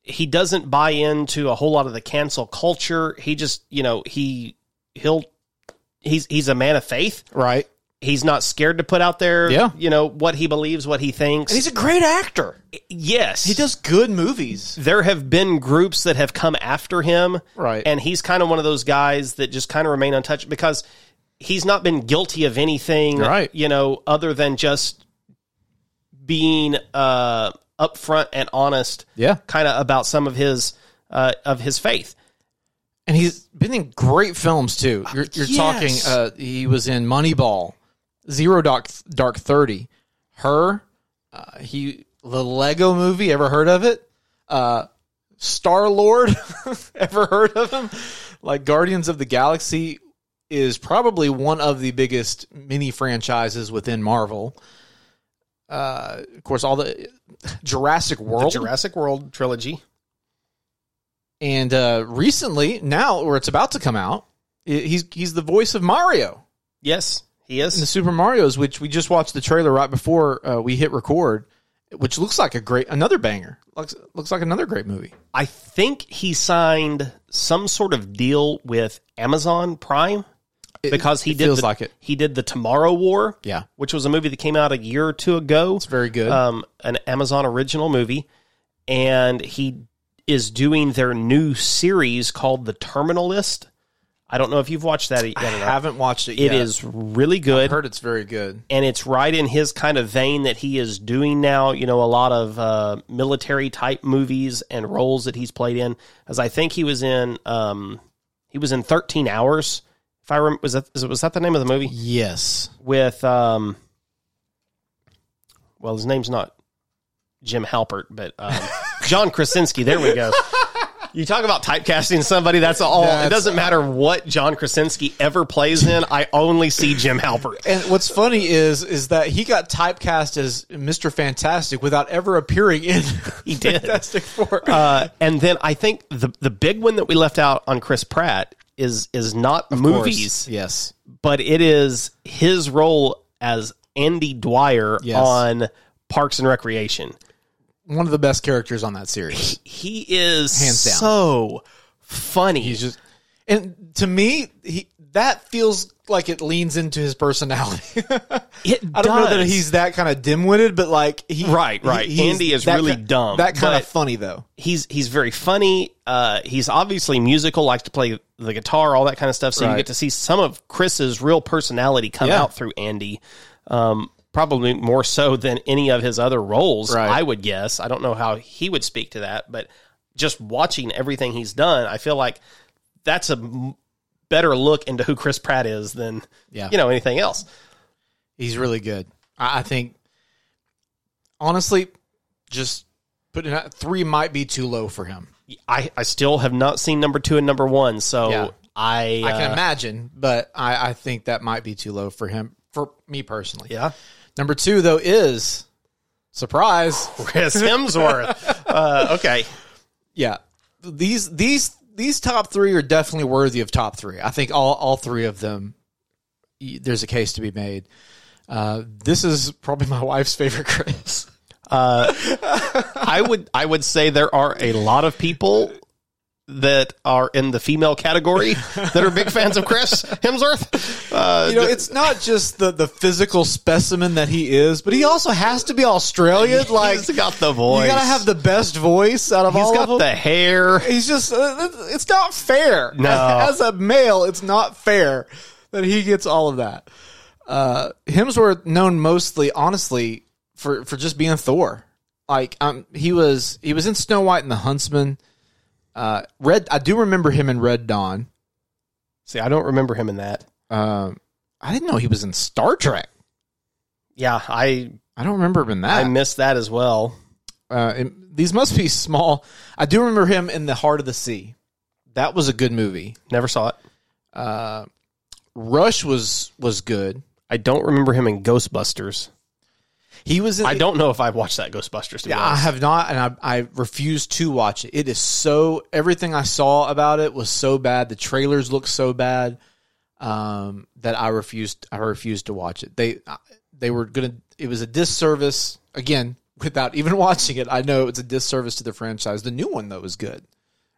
C: he doesn't buy into a whole lot of the cancel culture. He just you know he he'll he's he's a man of faith.
B: Right.
C: He's not scared to put out there
B: Yeah.
C: you know what he believes, what he thinks.
B: And he's a great actor.
C: yes,
B: He does good movies.
C: There have been groups that have come after him,
B: Right.
C: And he's kind of one of those guys that just kind of remain untouched because he's not been guilty of anything,
B: Right.
C: You know, other than just being uh, upfront and honest,
B: Yeah.
C: kind of about some of his uh, of his faith.
B: And he's been in great films too. You're, you're
C: Yes.
B: talking. Uh, he was in Moneyball, Zero Dark Dark Thirty, Her, uh, he the Lego Movie. Ever heard of it? Uh, Star Lord. ever heard of him? Like Guardians of the Galaxy is probably one of the biggest mini franchises within Marvel. Uh, of course, all the Jurassic World.
C: Jurassic World trilogy.
B: And uh, recently, now or it's about to come out, i- he's he's the voice of Mario
C: Yes, he
B: in the
C: is.
B: Super Mario's, which we just watched the trailer right before uh, we hit record, which looks like a great another banger. looks looks like another great movie.
C: I think he signed some sort of deal with Amazon Prime. because he
B: it
C: did
B: feels
C: the,
B: like it.
C: He did the Tomorrow War,
B: Yeah.
C: which was a movie that came out a year or two ago.
B: It's very good.
C: um, an Amazon original movie, and he is doing their new series called The Terminalist. I don't know if you've watched that yet.
B: I
C: or not.
B: haven't watched it.
C: It
B: yet.
C: is really good,
B: heard it's very good.
C: and it's right in his kind of vein that he is doing now. You know, a lot of uh, military type movies and roles that he's played in. As I think he was in, um, he was in Thirteen Hours. If I remember, was that was that the name of the movie?
B: Yes,
C: with um well his name's not Jim Halpert but um, John Krasinski there we go you talk about typecasting somebody that's all
B: That's-
C: it doesn't matter what John Krasinski ever plays in I only see Jim Halpert
B: and what's funny is is that he got typecast as Mister Fantastic without ever appearing in
C: he did
B: Fantastic Four.
C: uh, and then I think the the big one that we left out on Chris Pratt is is not movies
B: yes,
C: but it is his role as Andy Dwyer
B: Yes.
C: on Parks and Recreation
B: one of the best characters on that series.
C: he is
B: Hands down.
C: so funny.
B: He's just, and to me, he that feels like it leans into his personality.
C: it
B: I don't know that
C: does.
B: he's that kind of dim-witted, but like he,
C: Right, right.
B: he's
C: Andy is
B: that
C: really
B: ki-
C: dumb,
B: That kind
C: but-
B: of funny though.
C: he's he's very funny. Uh, he's obviously musical, likes to play the guitar, all that kind of stuff. So you
B: Right.
C: get to see some of Chris's real personality come
B: Yeah.
C: out through Andy. Um, probably more so than any of his other roles,
B: Right.
C: I would guess. I don't know how he would speak to that, but just watching everything he's done, I feel like that's a m- better look into who Chris Pratt is than
B: Yeah.
C: you know anything else.
B: He's really good. I, I think honestly, just putting out three might be too low for him.
C: I, I still have not seen number two and number one, so
B: Yeah.
C: I,
B: I can
C: uh,
B: imagine, but I, I think that might be too low for him. For me personally,
C: yeah,
B: number two though is surprise.
C: Chris Hemsworth. uh, okay,
B: Yeah. These these these top three are definitely worthy of top three. I think all all three of them. e, y- There's a case to be made. Uh, this is probably my wife's favorite Chris.
C: I would I would say there are a lot of people that are in the female category that are big fans of Chris Hemsworth. Uh,
B: You know, it's not just the, the physical specimen that he is, but he also has to be Australian. Like,
C: he's got the voice.
B: You gotta have the best voice out of
C: He's
B: all
C: got
B: of
C: the
B: them.
C: hair.
B: He's just, uh, it's not fair.
C: No.
B: As a male, it's not fair that he gets all of that. Uh, Hemsworth known mostly, honestly, for, for just being Thor. Like, um, he was, he was in Snow White and the Huntsman. Uh, Red, I do remember him in Red Dawn.
C: See, I don't remember him in that.
B: Um, I didn't know he was in Star Trek.
C: Yeah, I
B: I don't remember him in that.
C: I missed that as well.
B: uh, it- these must be small. I do remember him in The Heart of the Sea. That was a good movie.
C: Never saw it.
B: Uh, Rush was was good.
C: I don't remember him in Ghostbusters.
B: He was. In,
C: I don't know if I've watched that Ghostbusters. To be
B: Yeah, I
C: honest.
B: have not, and I I refuse to watch it. It is so. Everything I saw about it was so bad. The trailers looked so bad um, that I refused. I refused to watch it. They I- they were gonna. It was a disservice again. Without even watching it, I know it's a disservice to the franchise. The new one though is good.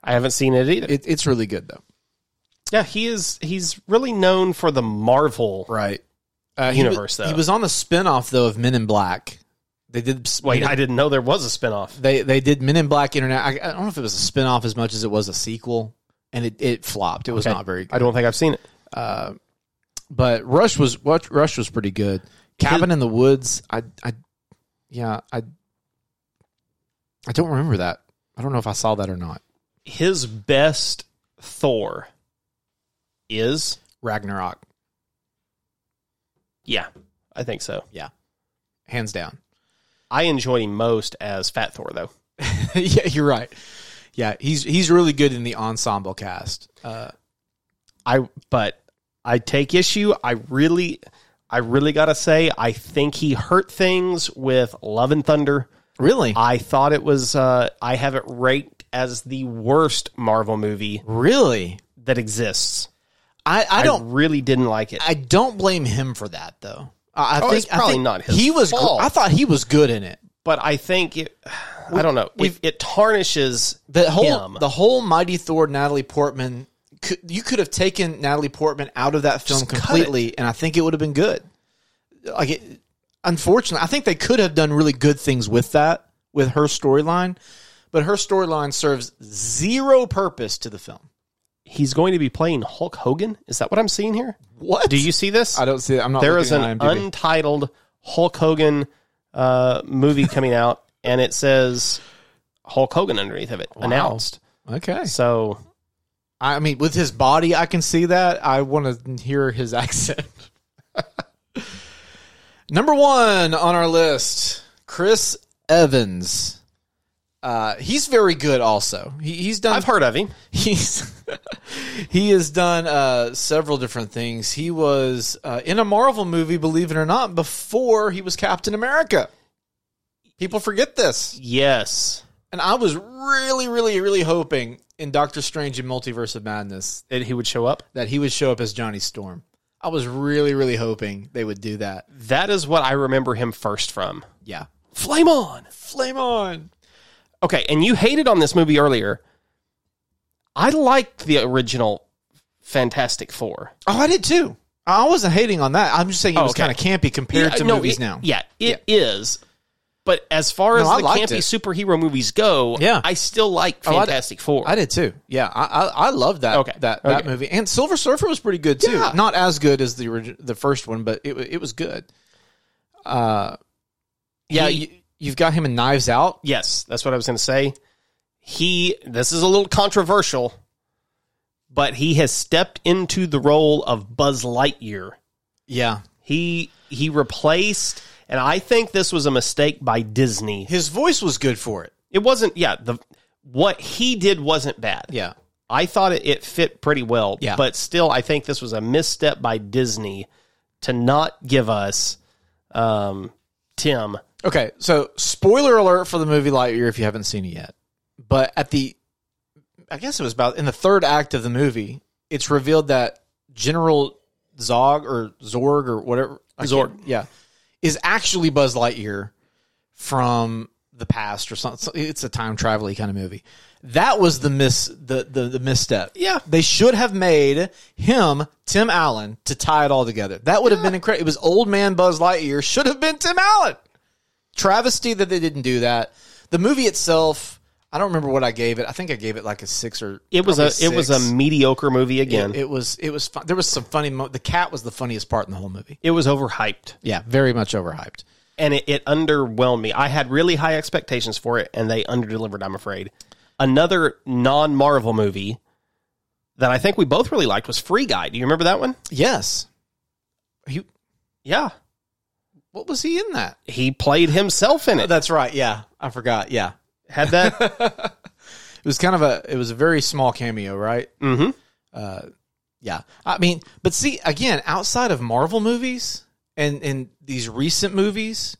C: I haven't seen it either.
B: It, it's really good though.
C: yeah, he is. He's really known for the Marvel.
B: Right. Uh, he
C: Universe,
B: was,
C: though.
B: He was on the spinoff though of Men in Black. They did
C: Wait,
B: Men in-
C: I didn't know there was a spinoff.
B: they they did Men in Black Internet. I, I don't know if it was a spinoff as much as it was a sequel, and it, it flopped. It was
C: Okay.
B: not very good.
C: I don't think I've seen it.
B: But Rush was what Rush was pretty good. Cabin in the Woods. I I yeah I I don't remember that. I don't know if I saw that or not.
C: His best Thor is
B: Ragnarok,
C: yeah, I think so.
B: hands down.
C: I enjoyed him most as Fat Thor though.
B: yeah, you're right. Yeah, he's he's really good in the ensemble cast. Uh,
C: I but I take issue. I really, I really gotta say, I think he hurt things with Love and Thunder.
B: really,
C: I thought it was. Uh, I have it ranked as the worst Marvel movie
B: really.
C: that exists.
B: I, I
C: I
B: don't
C: really didn't like it.
B: I don't blame him for that though. I, I
C: Oh,
B: think
C: it's probably
B: I think
C: not his
B: He was. gr-
C: fault.
B: I thought he was good in it.
C: but I think it. I don't know. It,
B: we've-
C: it tarnishes
B: The whole
C: Him.
B: the whole Mighty Thor Natalie Portman. Could, you could have taken Natalie Portman out of that film
C: Just cut
B: completely, and I think it would have been good. Like, it, unfortunately, I think they could have done really good things with that with her storyline, but her storyline serves zero purpose to the film.
C: he's going to be playing Hulk Hogan. Is that what I'm seeing here?
B: What
C: Do you see this?
B: I don't see. I'm not.
C: there is
B: looking at
C: an
B: IMDb.
C: untitled Hulk Hogan uh, movie coming out, and it says Hulk Hogan underneath of it, announced.
B: okay.
C: So
B: I mean, with his body, I can see that. I want to hear his accent. Number one on our list, Chris Evans. Uh, he's very good. Also, he, he's done.
C: I've heard of him.
B: He's he has done uh, several different things. He was uh, in a Marvel movie, believe it or not, before he was Captain America. People forget this,
C: Yes,
B: and I was really, really, really hoping in Doctor Strange and Multiverse of Madness
C: that he would show up.
B: that he would show up as Johnny Storm. I was really, really hoping they would do that.
C: That is what I remember him first from.
B: Yeah.
C: Flame on.
B: Flame on.
C: Okay, and you hated on this movie earlier. I liked the original Fantastic Four.
B: Oh, I did too. I wasn't hating on that. I'm just saying it
C: Oh,
B: was kind
C: okay.
B: of campy compared
C: Yeah,
B: to
C: no,
B: movies
C: it-
B: now.
C: Yeah, it is. But as far as
B: No, I
C: the
B: liked it.
C: campy superhero movies go,
B: Yeah. Oh,
C: I still like
B: I-
C: Fantastic Four.
B: I did too. Yeah, I I, I love that
C: Okay.
B: that that
C: Okay.
B: movie. And Silver Surfer was pretty good too.
C: Yeah.
B: Not as good as the origi- the first one, but it wa- it was good. Uh,
C: Yeah,
B: you, you've got him in Knives Out.
C: Yes, that's what I was going to say. He, this is a little controversial, but he has stepped into the role of Buzz Lightyear.
B: Yeah,
C: He he replaced, and I think this was a mistake by Disney.
B: his voice was good for it.
C: It wasn't, yeah, the what he did wasn't bad.
B: Yeah,
C: I thought it, it fit pretty well.
B: Yeah.
C: But still, I think this was a misstep by Disney to not give us um, Tim.
B: Okay, so spoiler alert for the movie Lightyear if you haven't seen it yet. But at the, I guess it was about in the third act of the movie, it's revealed that General Zog or Zorg or whatever I can't-
C: Zorg.
B: yeah, is actually Buzz Lightyear from the past or something. So It's a time travel kind of movie. That was the miss the, the the misstep.
C: Yeah.
B: They should have made him Tim Allen to tie it all together. That would have been incredible. It was old man Buzz Lightyear should have been Tim Allen. Travesty that they didn't do that. The movie itself, I don't remember what I gave it. I think I gave it like a 6 or
C: It was
B: probably
C: a it was a
B: six.
C: mediocre movie again.
B: it, it was it was fun. there was some funny mo- the cat was the funniest part in the whole movie.
C: it was overhyped.
B: Yeah, very much overhyped.
C: and it, it underwhelmed me. I had really high expectations for it, and they underdelivered. I'm afraid. Another non-Marvel movie that I think we both really liked was Free Guy. Do you remember that one?
B: Yes. Are you
C: Yeah,
B: what was he in that?
C: he played himself in
B: Oh,
C: it.
B: that's right. Yeah, I forgot. Yeah,
C: Had that?
B: it was kind of a it was a very small cameo, right?
C: mm-hmm.
B: Yeah, I mean, but see, again, outside of Marvel movies and and these recent movies,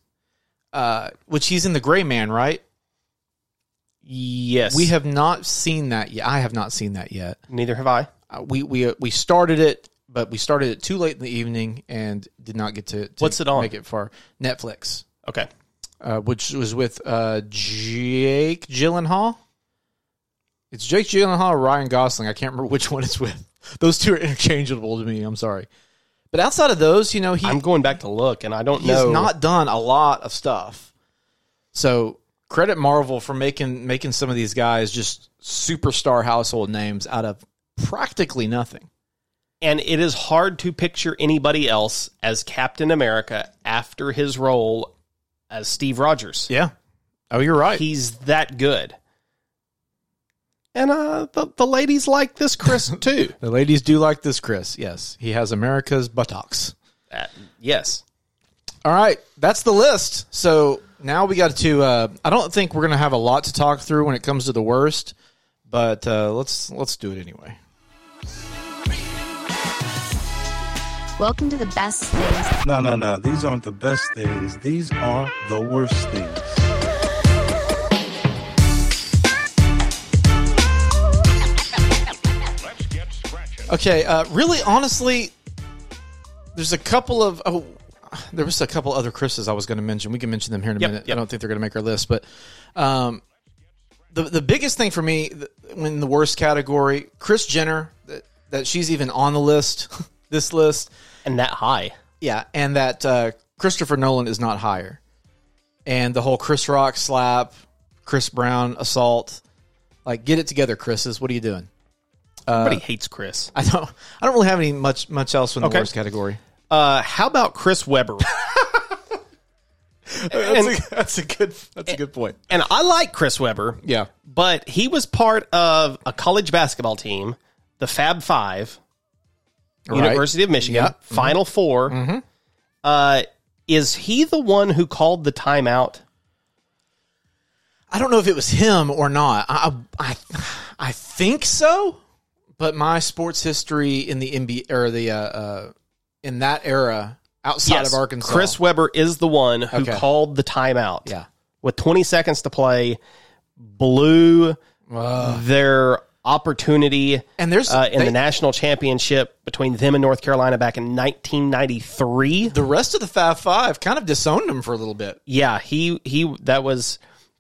B: uh, which he's in the Gray Man, right?
C: Yes,
B: We have not seen that yet. I have not seen that yet.
C: Neither have I.
B: Uh, we we uh, we started it, but we started it too late in the evening and did not get to, to
C: What's it on?
B: make it far. Netflix,
C: Okay,
B: uh, which was with uh, Jake Gyllenhaal. It's Jake Gyllenhaal or Ryan Gosling. I can't remember which one it's with. Those two are interchangeable to me. I'm sorry, but outside of those, you know, he
C: I'm going back to look, and I don't
B: he's
C: know.
B: not done a lot of stuff. So credit Marvel for making making some of these guys just superstar household names out of practically nothing.
C: and it is hard to picture anybody else as Captain America after his role as Steve Rogers.
B: Yeah. Oh, you're right.
C: He's that good. And uh, the, the ladies like this Chris too.
B: the ladies do like this, Chris. Yes, he has America's buttocks.
C: Uh, yes.
B: All right, that's the list. So now we got to. Uh, I don't think we're going to have a lot to talk through when it comes to the worst, but uh, let's let's do it anyway.
A: Welcome to the best things
D: No, no, no. These aren't the best things. These are the worst things.
B: Okay, uh, really, honestly, there's a couple of oh, there was a couple other Chris's I was going to mention. We can mention them here in a
C: Yep,
B: minute. I
C: yep.
B: don't think they're going to make our list, but um, the the biggest thing for me th- in the worst category, Chris Jenner, that, that she's even on the list, this list,
C: And that high.
B: yeah, and that uh, Christopher Nolan is not higher, and the whole Chris Rock slap, Chris Brown assault, like get it together, Chris's. What are you doing?
C: Everybody hates Chris.
B: I don't. I don't really have any much much else in the
C: Okay.
B: worst category.
C: Uh, how about Chris Webber?
B: That's,
C: and,
B: a, that's a good. That's a good point.
C: and I like Chris Webber.
B: Eh, Yeah.
C: But he was part of a college basketball team, the Fab Five,
B: Right.
C: University of Michigan,
B: Yep. Mm-hmm.
C: Final 4 Uh, is he the one who called the timeout?
B: I don't know if it was him or not. I I, I think so, but my sports history in the NBA or the uh, uh in that era outside of Arkansas,
C: Chris Webber is the one who
B: Okay.
C: called the timeout.
B: Yeah.
C: With 20 seconds to play, blew their opportunity
B: And there's-
C: uh, in
B: they-
C: the national championship between them and North Carolina back in 1993.
B: The rest of the Fab Five kind of disowned him for a little bit.
C: Yeah, he he that was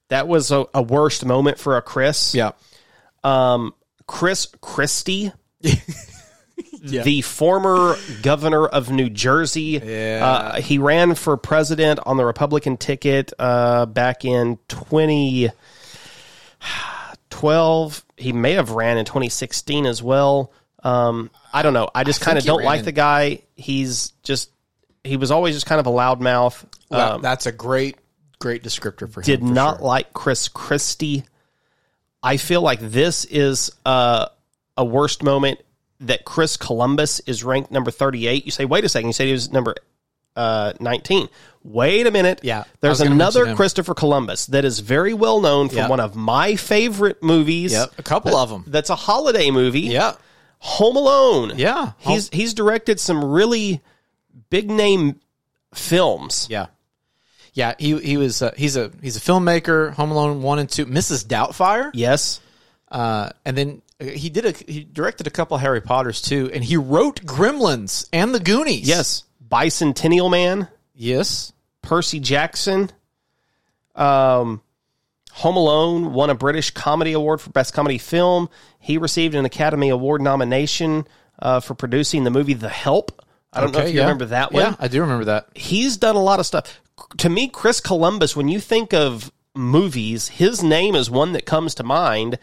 C: that was a, a worst moment for a Chris.
B: Yeah.
C: Um Chris Christie The former governor of New Jersey. Uh, he ran for president on the Republican ticket uh, back in 2012. He may have ran in 2016 as well. Um, I don't know. I just
B: I
C: kind of
B: think he
C: don't
B: ran
C: like
B: in-
C: the guy. He's just, he was always just kind of a loudmouth. Uh,
B: Wow, that's a great great descriptor for him.
C: did
B: for
C: not
B: sure.
C: like Chris Christie. I feel like this is uh, a worst moment that Chris Columbus is ranked number 38. You say, wait a second. You said he was number uh, 19. Wait a minute.
B: Yeah, I was
C: There's
B: gonna mention
C: another
B: him.
C: Christopher Columbus that is very well known from
B: Yep.
C: one of my favorite movies.
B: Yep, a couple of them.
C: That's a holiday movie.
B: Yeah.
C: Home Alone.
B: Yeah.
C: He's, he's directed some really big name films.
B: Yeah, yeah. He he was uh, he's a he's a filmmaker. Home Alone one and two. Mrs. Doubtfire.
C: Yes.
B: Uh, and then uh, he did a he directed a couple Harry Potter's too, and he wrote Gremlins and the Goonies.
C: Yes. Bicentennial Man.
B: yes.
C: Percy Jackson. Um, Home Alone won a British Comedy Award for Best Comedy Film. He received an Academy Award nomination uh, for producing the movie The Help. I don't know if you remember that one.
B: Yeah, I do remember that.
C: He's done a lot of stuff. To me, Chris Columbus, when you think of movies, his name is one that comes to mind,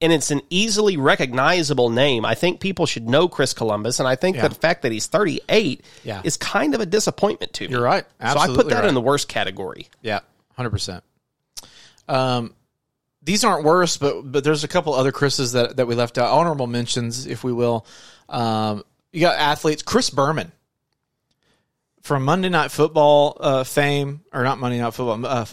C: and it's an easily recognizable name. I think people should know Chris Columbus, and I think
B: Yeah.
C: the fact that he's 38
B: Yeah.
C: is kind of a disappointment to me.
B: You're right.
C: so I
B: Absolutely
C: put that
B: right.
C: in the worst category.
B: Yeah, hundred percent. Um, these aren't worse, but but there's a couple other Chris's that that we left out. Honorable mentions, if we will. Um, you got athletes, Chris Berman from Monday Night Football uh, fame, or not Monday Night Football, uh,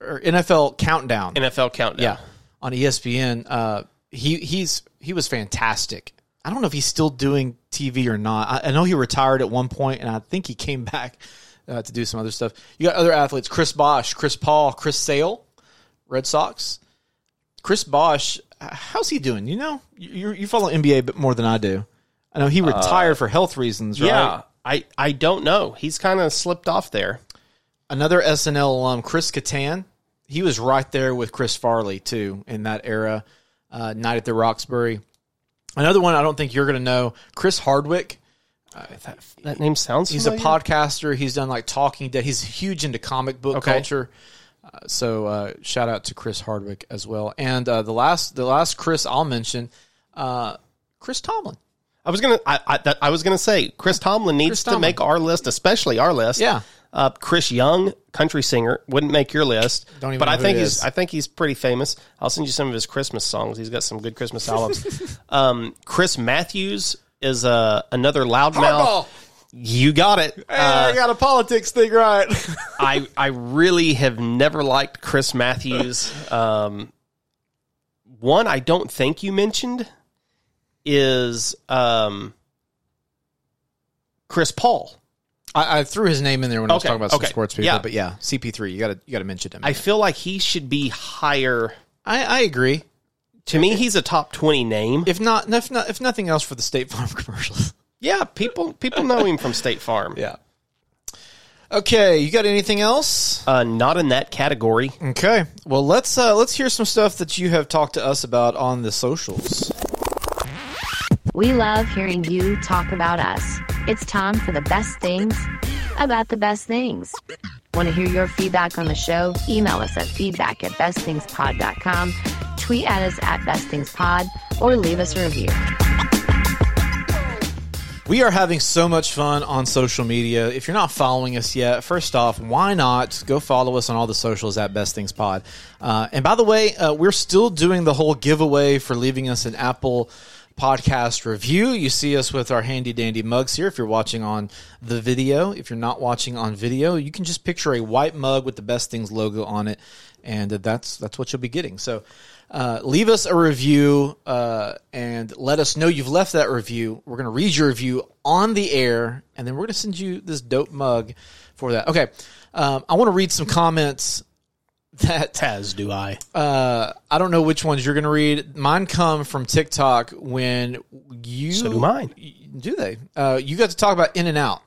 B: or NFL Countdown.
C: NFL countdown.
B: Yeah, on E ESPN. Uh, he he's he was fantastic. I don't know if he's still doing TV or not. I, I know he retired at one point, and I think he came back uh, to do some other stuff. You got other athletes: Chris Bosch, Chris Paul, Chris Sale, Red Sox. Chris Bosch, h- how's he doing? You know, you, you follow NBA a bit more than I do. I know he retired for health reasons, right?
C: Yeah. I, I don't know. He's kind of slipped off there.
B: another SNL alum, Chris Kattan. He was right there with Chris Farley too in that era. Uh, Night at the Roxbury. Another one I don't think you're going to know, Chris Hardwick.
C: That name sounds
B: He's a
C: familiar.
B: podcaster. He's done like talking dead. He's huge into comic book
C: Okay.
B: culture. Uh, so uh, shout out to Chris Hardwick as well. And uh, the last, the last Chris I'll mention, uh, Chris Tomlin.
C: I was gonna. I, I, that, I was gonna say Chris Tomlin needs
B: Chris
C: to
B: Tomlin.
C: make our list, especially our list.
B: Yeah.
C: Uh, Chris Young, country singer, wouldn't make your list.
B: Don't even
C: but
B: know
C: I
B: who
C: think
B: it
C: he's.
B: is.
C: I think he's pretty famous. I'll send you some of his Christmas songs. He's got some good Christmas albums. um, Chris Matthews is uh, another loudmouth. You got it. Uh,
B: got a politics thing right.
C: I I really have never liked Chris Matthews. Um, one I don't think you mentioned is um, Chris Paul.
B: I, I threw his name in there when I was
C: Okay,
B: talking about some
C: okay.
B: sports people,
C: Yeah.
B: but yeah, CP3. You got to you got to mention him.
C: I feel like he should be higher.
B: I, I agree.
C: To me, he's a top twenty name.
B: If not, if not, if nothing else for the State Farm commercials.
C: Yeah, people people know him from State Farm.
B: Yeah. Okay, you got anything else?
C: Uh, not in that category.
B: Okay. Well, let's uh, let's hear some stuff that you have talked to us about on the socials.
A: We love hearing you talk about us. It's time for the best things about the best things. Want to hear your feedback on the show? Email us at feedback at bestthingspod.com, tweet at us at bestthingspod, or leave us a review.
B: We are having so much fun on social media. If you're not following us yet, first off, why not go follow us on all the socials at Best Things Pod? Uh, and by the way, uh, we're still doing the whole giveaway for leaving us an Apple podcast review. You see us with our handy dandy mugs here. If you're watching on the video, if you're not watching on video, you can just picture a white mug with the Best Things logo on it, and uh, that's that's what you'll be getting. So. Uh, leave us a review uh, and let us know you've left that review. We're going to read your review on the air, and then we're going to send you this dope mug for that. Okay. Um, I want to read some comments that
C: As do I.
B: uh, I don't know which ones you're going to read. Mine come from TikTok when you. So
C: do mine.
B: Do they? Uh, you got to talk about In and Out.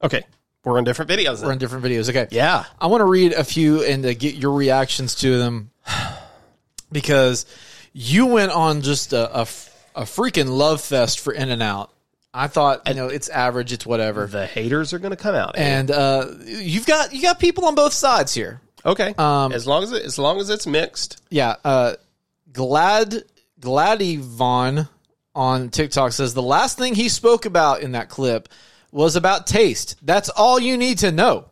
C: Okay, we're on different videos.
B: We're
C: Then.
B: in different videos. Okay.
C: Yeah.
B: I want to read a few and uh, get your reactions to them because you went on just a, a f- a freaking love fest for In and Out. I thought, you know, it's average, it's whatever.
C: The haters are going to come out.
B: And uh, you've got you got people on both sides here.
C: okay,
B: Um,
C: as long as it, as long as it's mixed.
B: Yeah, uh, Glad Gladdy Vaughn on TikTok says the last thing he spoke about in that clip was about taste. That's all you need to know.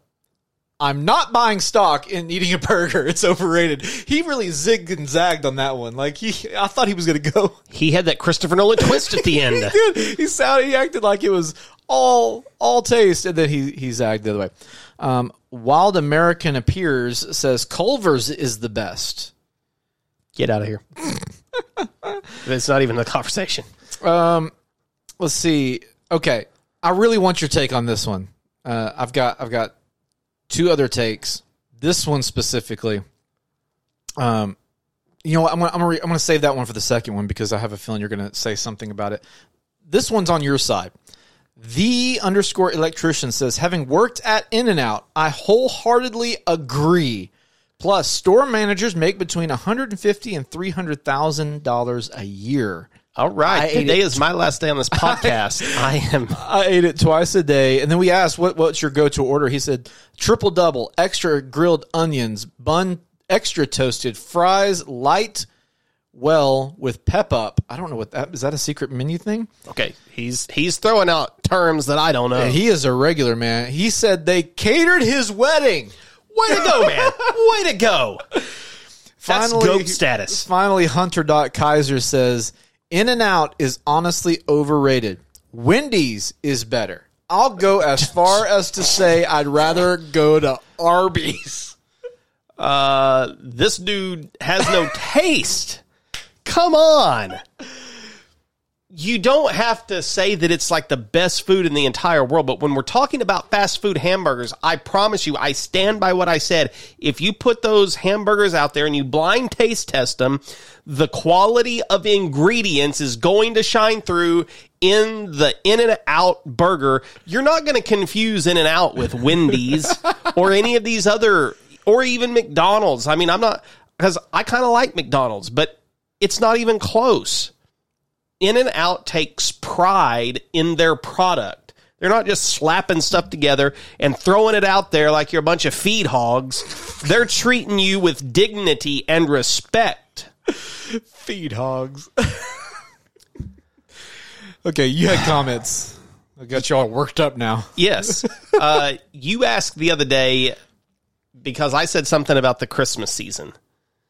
B: I'm not buying stock in eating a burger. It's overrated. He really zigged and zagged on that one. Like he, I thought he was gonna go.
C: He had that Christopher Nolan twist at the end.
B: he sounded, he acted like it was all all taste, and then he he zagged the other way. Um, Wild American appears says Culver's is the best.
C: Get out of here. it's not even a conversation.
B: Um, let's see. Okay, I really want your take on this one. Uh, I've got I've got two other takes. This one specifically. Um, you know what? I'm gonna I'm gonna, re- I'm gonna save that one for the second one because I have a feeling you're gonna say something about it. This one's on your side. The underscore electrician says, having worked at In and Out, I wholeheartedly agree. Plus, store managers make between 150 and 300 thousand dollars a year.
C: All
B: I
C: right.
B: ate
C: Today
B: it.
C: is my last day on this podcast. I am.
B: I ate it twice a day, and then we asked what what's your go to order. He said triple double, extra grilled onions, bun extra toasted, fries light, well with pep up. I don't know what that is. That a secret menu thing?
C: Okay. He's he's throwing out terms that I don't know.
B: And he is a regular man. He said they catered his wedding.
C: Way to go, man. Way to go. That's goat status.
B: Finally, Hunter.Kaiser says In and Out is honestly overrated. Wendy's is better. I'll go as far as to say I'd rather go to Arby's.
C: Uh, this dude has no taste. Come on. You don't have to say that it's like the best food in the entire world, but when we're talking about fast food hamburgers, I promise you, I stand by what I said. If you put those hamburgers out there and you blind taste test them, the quality of ingredients is going to shine through in the In and Out burger. You're not going to confuse In and Out with Wendy's or any of these other, or even McDonald's. I mean, I'm not, because I kind of like McDonald's, but it's not even close. In and Out takes pride in their product. They're not just slapping stuff together and throwing it out there like you're a bunch of feed hogs. They're treating you with dignity and respect.
B: Feed hogs. okay, you had comments. I got you all worked up now.
C: Yes. Uh, you asked the other day because I said something about the Christmas season.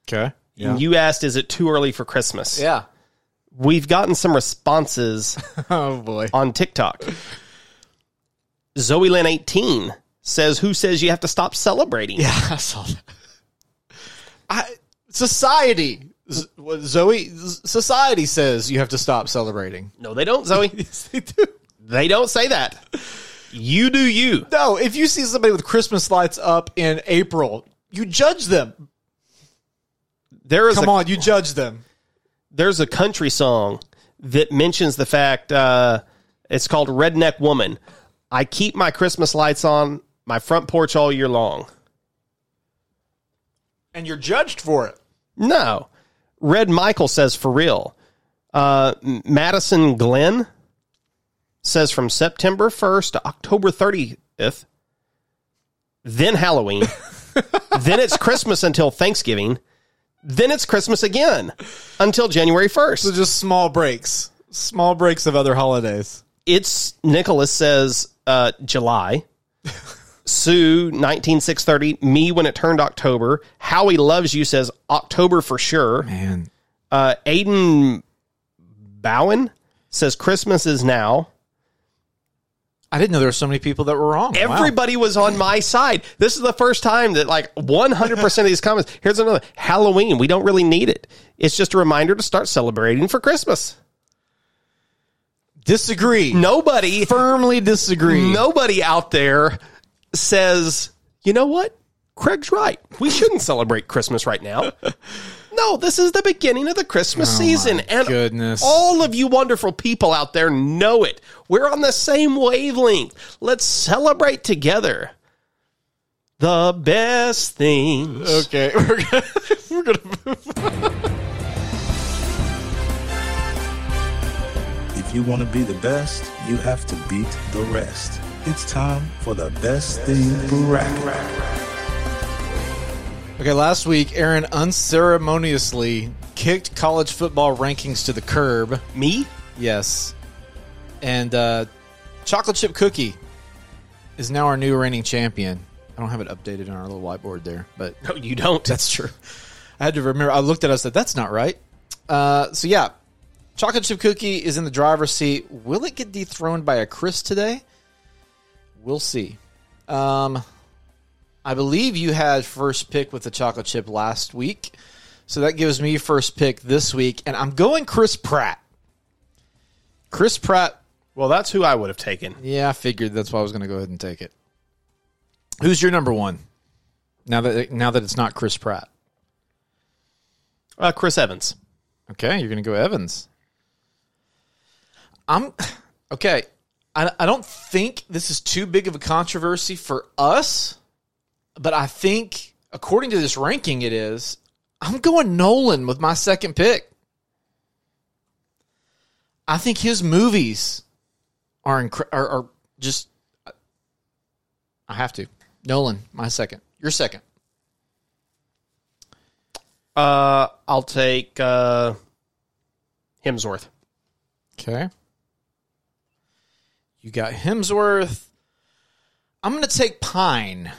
B: Okay. Yeah.
C: And you asked, is it too early for Christmas?
B: yeah.
C: We've gotten some responses
B: Oh boy.
C: on TikTok. Zoe Lynn 18 says, Who says you have to stop celebrating?
B: Yeah, I saw that. I, society, Z- what Zoe, Z- society says you have to stop celebrating.
C: No, they don't, Zoe.
B: Yes, they do.
C: They don't say that. You do you.
B: No, if you see somebody with Christmas lights up in April, you judge them.
C: There is
B: Come
C: a,
B: on, you judge them.
C: there's a country song that mentions the fact uh, it's called Redneck Woman. I keep my Christmas lights on my front porch all year long.
B: And you're judged for it.
C: No. Red Michael says for real. Uh, M- Madison Glenn says from September 1st to October 30th, then Halloween, then it's Christmas until Thanksgiving, then it's Christmas again until January 1st.
B: Just small breaks, small breaks of other holidays.
C: It's Nicholas says uh, July. Sue, 19630, me when it turned October. Howie loves you says October for sure.
B: Man,
C: Uh, Aiden Bowen says Christmas is now.
B: I didn't know there were so many people that were wrong. Wow.
C: Everybody was on my side. This is the first time that like 100% of these comments. Here's another Halloween. We don't really need it. It's just a reminder to start celebrating for Christmas.
B: disagree.
C: Nobody,
B: firmly disagree.
C: nobody out there says, you know what? Craig's right. We shouldn't celebrate Christmas right now. No, this is the beginning of the Christmas season. And
B: Oh goodness.
C: all of you wonderful people out there know it. We're on the same wavelength. Let's celebrate together. The best things.
B: Okay, we're gonna, we're gonna
D: If you want to be the best, you have to beat the rest. It's time for the best thing bracket.
B: Okay, last week, Aaron unceremoniously kicked college football rankings to the curb.
C: Me?
B: Yes. And uh, Chocolate Chip Cookie is now our new reigning champion. I don't have it updated on our little whiteboard there, but
C: No, you don't.
B: that's true. I had to remember. I looked at it and said, that's not right. Uh, so, yeah, Chocolate Chip Cookie is in the driver's seat. Will it get dethroned by a Chris today? We'll see. Um, I believe you had first pick with the chocolate chip last week. So that gives me first pick this week. And I'm going Chris Pratt. Chris Pratt.
C: Well, that's who I would have taken.
B: Yeah, I figured that's why I was going to go ahead and take it. Who's your number one? Now that now that it's not Chris Pratt.
C: Uh, Chris Evans.
B: Okay, you're going to go Evans. I'm okay. I, I don't think this is too big of a controversy for us, but I think according to this ranking, it is. I'm going Nolan with my second pick. I think his movies are incre- are, are just. I have to. Nolan, my second. Your second.
C: Uh, I'll take uh, Hemsworth.
B: Okay. You got Hemsworth. I'm going to take Pine.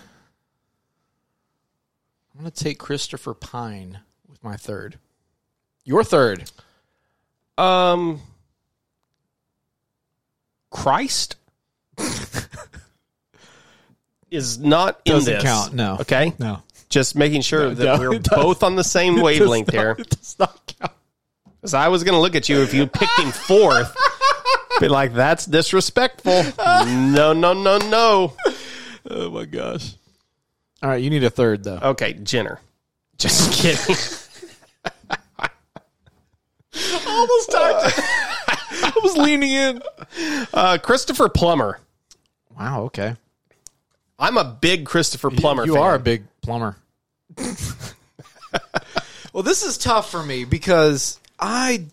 B: I'm going to take Christopher Pine with my third. Your third.
C: Um, Christ is not in
B: Doesn't
C: this.
B: count, no.
C: Okay.
B: No.
C: Just making sure that
B: no,
C: we're
B: it doesn't.
C: both on the same wavelength here.
B: does not count.
C: Because I was going to look at you if you picked him fourth. Be like, that's disrespectful. no, no, no, no.
B: Oh my gosh. All right, you need a third though.
C: Okay, Jenner. Just kidding.
B: Almost time. I was leaning in.
C: Uh, Christopher Plummer.
B: Wow, okay.
C: I'm a big Christopher Plummer
B: You
C: fan.
B: are a big plumber. well, this is tough for me because I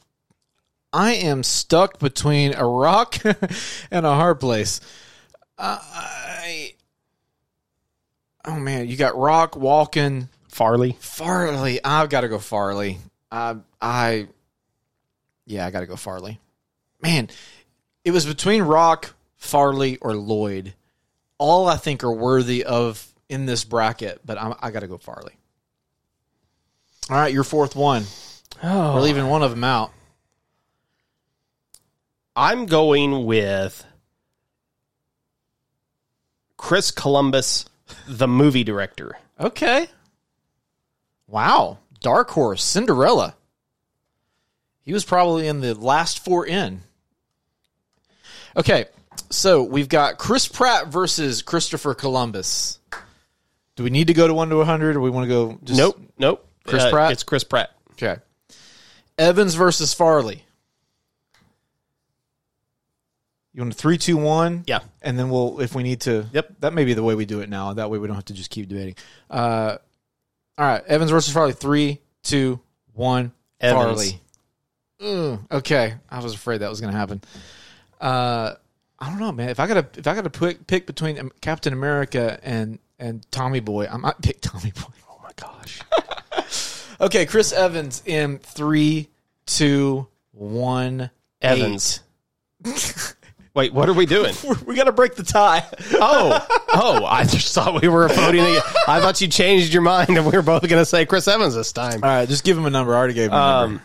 B: I am stuck between a rock and a hard place. I oh man, you got rock walking
C: Farley.
B: Farley. I've got to go Farley. I I yeah, I got to go Farley. Man, it was between Rock, Farley, or Lloyd. All I think are worthy of in this bracket, but I'm, I got to go Farley. All right, your fourth one. We're leaving one of them out.
C: I'm going with Chris Columbus, the movie director.
B: Okay. Wow, Dark Horse, Cinderella. He was probably in the last four in. Okay, so we've got Chris Pratt versus Christopher Columbus. Do we need to go to one to hundred, or we want to go? Just,
C: nope, nope. Uh,
B: Chris Pratt?
C: It's Chris Pratt.
B: Okay. Evans versus Farley. You want a three, two, one?
C: Yeah.
B: and then we'll if we need to.
C: Yep.
B: that may be the way we do it now. That way we don't have to just keep debating. Uh, all right, Evans versus Farley. Three, two, one.
C: Evans.
B: Farley. Ugh, okay, I was afraid that was going to happen. Uh, I don't know, man. If I got to if I got to pick, pick between um, Captain America and and Tommy Boy, I might pick Tommy Boy. Oh my gosh. okay, Chris Evans in three, two, one.
C: Evans. Wait, what are we doing?
B: eight. We got to break the tie.
C: Oh, oh! I just thought we were voting. Again. I thought you changed your mind, and we were both going to say Chris Evans this time.
B: All right, just give him a number. I already gave him a number.
C: Um,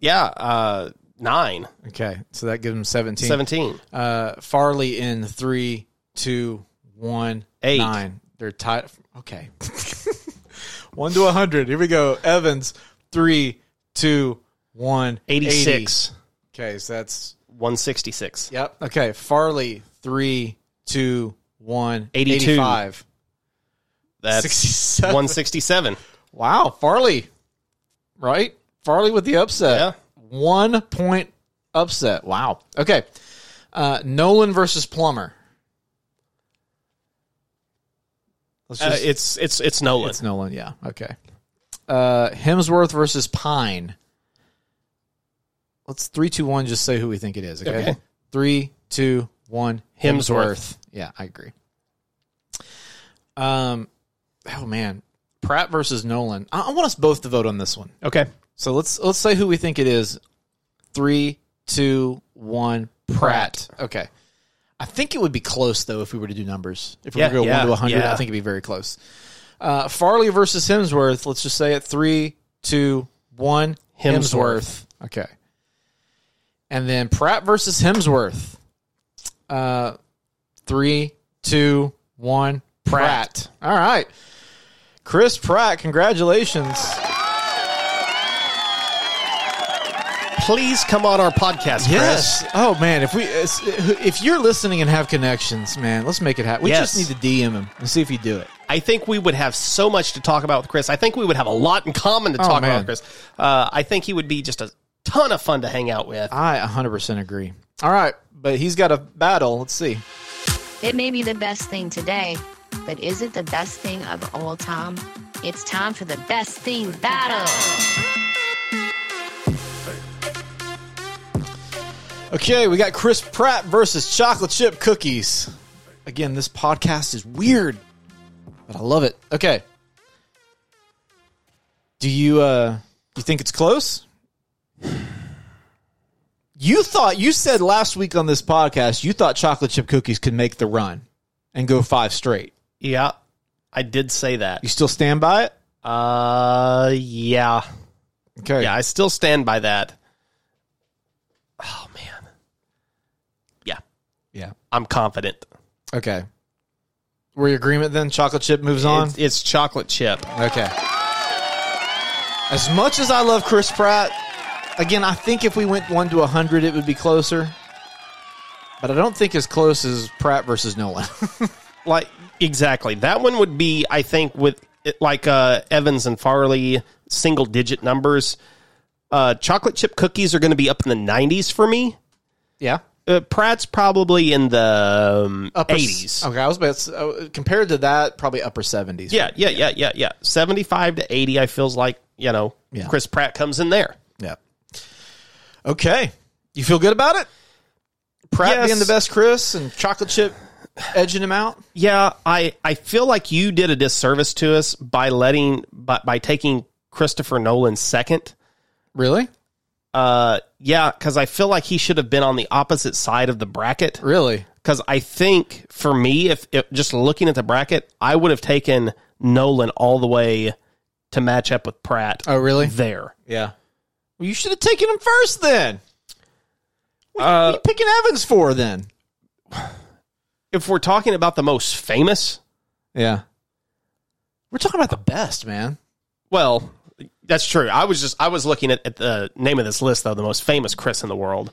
C: yeah, uh, nine,
B: Okay, so that gives him 17.
C: seventeen.
B: Uh, Farley in three, two, one,
C: Eight.
B: nine. They're tied. Okay. 1 to 100. Here we go. Evans, three, two, one,
C: 86.
B: 80. Okay, so that's.
C: 166.
B: Yep. Okay, Farley, three, two, one,
C: 82.
B: 85.
C: That's
B: 67.
C: 167.
B: Wow, Farley. Right? Farley with the upset.
C: Yeah.
B: One point upset. Wow. Okay. Uh, Nolan versus Plummer. Let's
C: Uh,
B: just, it's,
C: it's it's it's Nolan.
B: Nolan, yeah. Okay. Uh, Hemsworth versus Pine. Let's three, two, one, just say who we think it is, okay?
C: Okay.
B: Three, two, one,
C: Hemsworth.
B: Yeah, I agree. Um oh man. Pratt versus Nolan. I, I want us both to vote on this one.
C: okay.
B: So let's let's say who we think it is. Three, two, one. Pratt. Okay. I think it would be close though if we were to do numbers. If we
C: Yeah,
B: were to go
C: yeah,
B: one to hundred,
C: yeah.
B: I think it'd be very close. Uh, Farley versus Hemsworth. Let's just say it. Three, two, one.
C: Hemsworth.
B: Hemsworth. Okay. And then Pratt versus Hemsworth. Uh, three, two, one. Pratt. All right. Chris Pratt, congratulations.
C: Please come on our podcast,
B: Yes.
C: Chris.
B: Oh man, if we it's- if you're listening and have connections, man, let's make it happen. We
C: Yes.
B: just need to DM him and see if you do it.
C: I think we would have so much to talk about with Chris. I think we would have a lot in common to talk
B: man.
C: about, Chris. Uh, I think he would be just a ton of fun to hang out with.
B: I 100% agree. All right, but he's got a battle. Let's see.
A: It may be the best thing today, But is it the best thing of all time? It's time for the best thing battle.
B: Okay, we got Chris Pratt versus chocolate chip cookies. Again, this podcast is weird, but I love it. Okay. Do you uh you think it's close? You thought you said last week on this podcast you thought chocolate chip cookies could make the run and go five straight.
C: Yeah, I did say that.
B: You still stand by it?
C: Uh, yeah,
B: Okay.
C: yeah, I still stand by that. Oh man, yeah,
B: yeah.
C: I'm confident.
B: Okay. We're in agreement then? Chocolate chip moves on?
C: It's, it's chocolate chip.
B: Okay. As much as I love Chris Pratt, again, I think if we went 1 to 100, it would be closer. But I don't think as close as Pratt versus Nolan.
C: like exactly that one would be i think with it- like uh evans and farley single digit numbers uh chocolate chip cookies are going to be up in the 90s for me
B: yeah.
C: uh, pratt's probably in the um, 80s
B: Okay, I was about to, s- uh, compared to that, probably upper 70s.
C: yeah, yeah yeah yeah yeah 75 to 80 i feels like you know
B: Yeah.
C: chris pratt comes in there
B: Yeah. Okay. You feel good about it? Pratt
C: Yes.
B: being the best Chris and chocolate chip edging him out?
C: yeah i i feel like you did a disservice to us by letting by, by taking christopher nolan second
B: Really?
C: Uh, yeah, because I feel like he should have been on the opposite side of the bracket.
B: Really?
C: Because I think for me, if, if just looking at the bracket, I would have taken Nolan all the way to match up with Pratt
B: Oh, really?
C: there.
B: Yeah. Well, you should have taken him first then. What are
C: Uh,
B: you picking Evans for then?
C: If we're talking about the most famous,
B: Yeah. We're talking about the best, man.
C: well, that's true. I was just I was looking at, at the name of this list though, the most famous Chris in the world.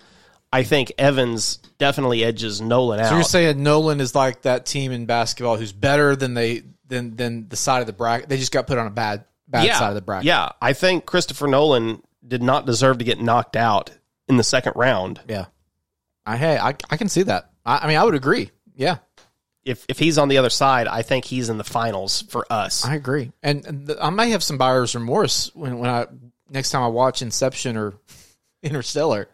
C: I think Evans definitely edges Nolan out.
B: So you're saying Nolan is like that team in basketball who's better than they than than the side of the bracket. They just got put on a bad bad side of the bracket.
C: Yeah, I think Christopher Nolan did not deserve to get knocked out in the second round.
B: Yeah. I hey, I I can see that. I, I mean I would agree. Yeah.
C: If if he's on the other side, I think he's in the finals for us.
B: I agree, and, and th- I may have some buyer's remorse when, when I next time I watch Inception or Interstellar.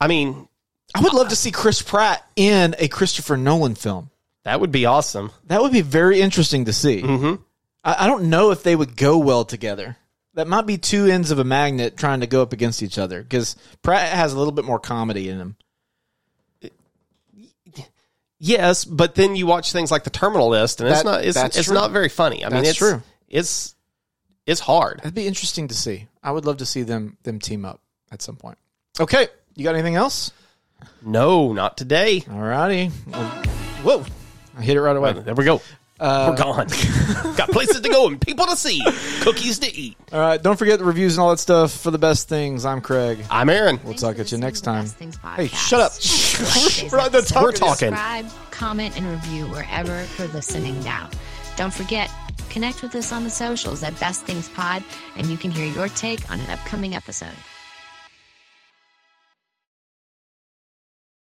C: I mean,
B: I would love to see Chris Pratt in a Christopher Nolan film.
C: that would be awesome.
B: That would be very interesting to see.
C: Mhm.
B: I, I don't know if they would go well together. That might be two ends of a magnet trying to go up against each other because Pratt has a little bit more comedy in him.
C: Yes, but then you watch things like The Terminal List, and it's
B: That-
C: not it's
B: that's
C: it's
B: true.
C: not very funny. I mean,
B: That's
C: it's
B: true.
C: It's it's hard.
B: That'd be interesting to see. I would love to see them them team up at some point. Okay, you got anything else?
C: No, not today.
B: All righty. Well, whoa, I hit it right away.
C: There we go. We're gone. Got places to go and people to see, cookies to eat.
B: All right, don't forget the reviews and all that stuff for the best things. I'm Craig.
C: I'm Aaron.
B: We'll talk at you next time. Hey,
A: Hey,
B: shut up. We're not done
C: We're
B: talking.
C: talking.
A: Subscribe, comment, and review wherever you're listening now. Don't forget, connect with us on the socials at Best Things Pod, and you can hear your take on an upcoming episode.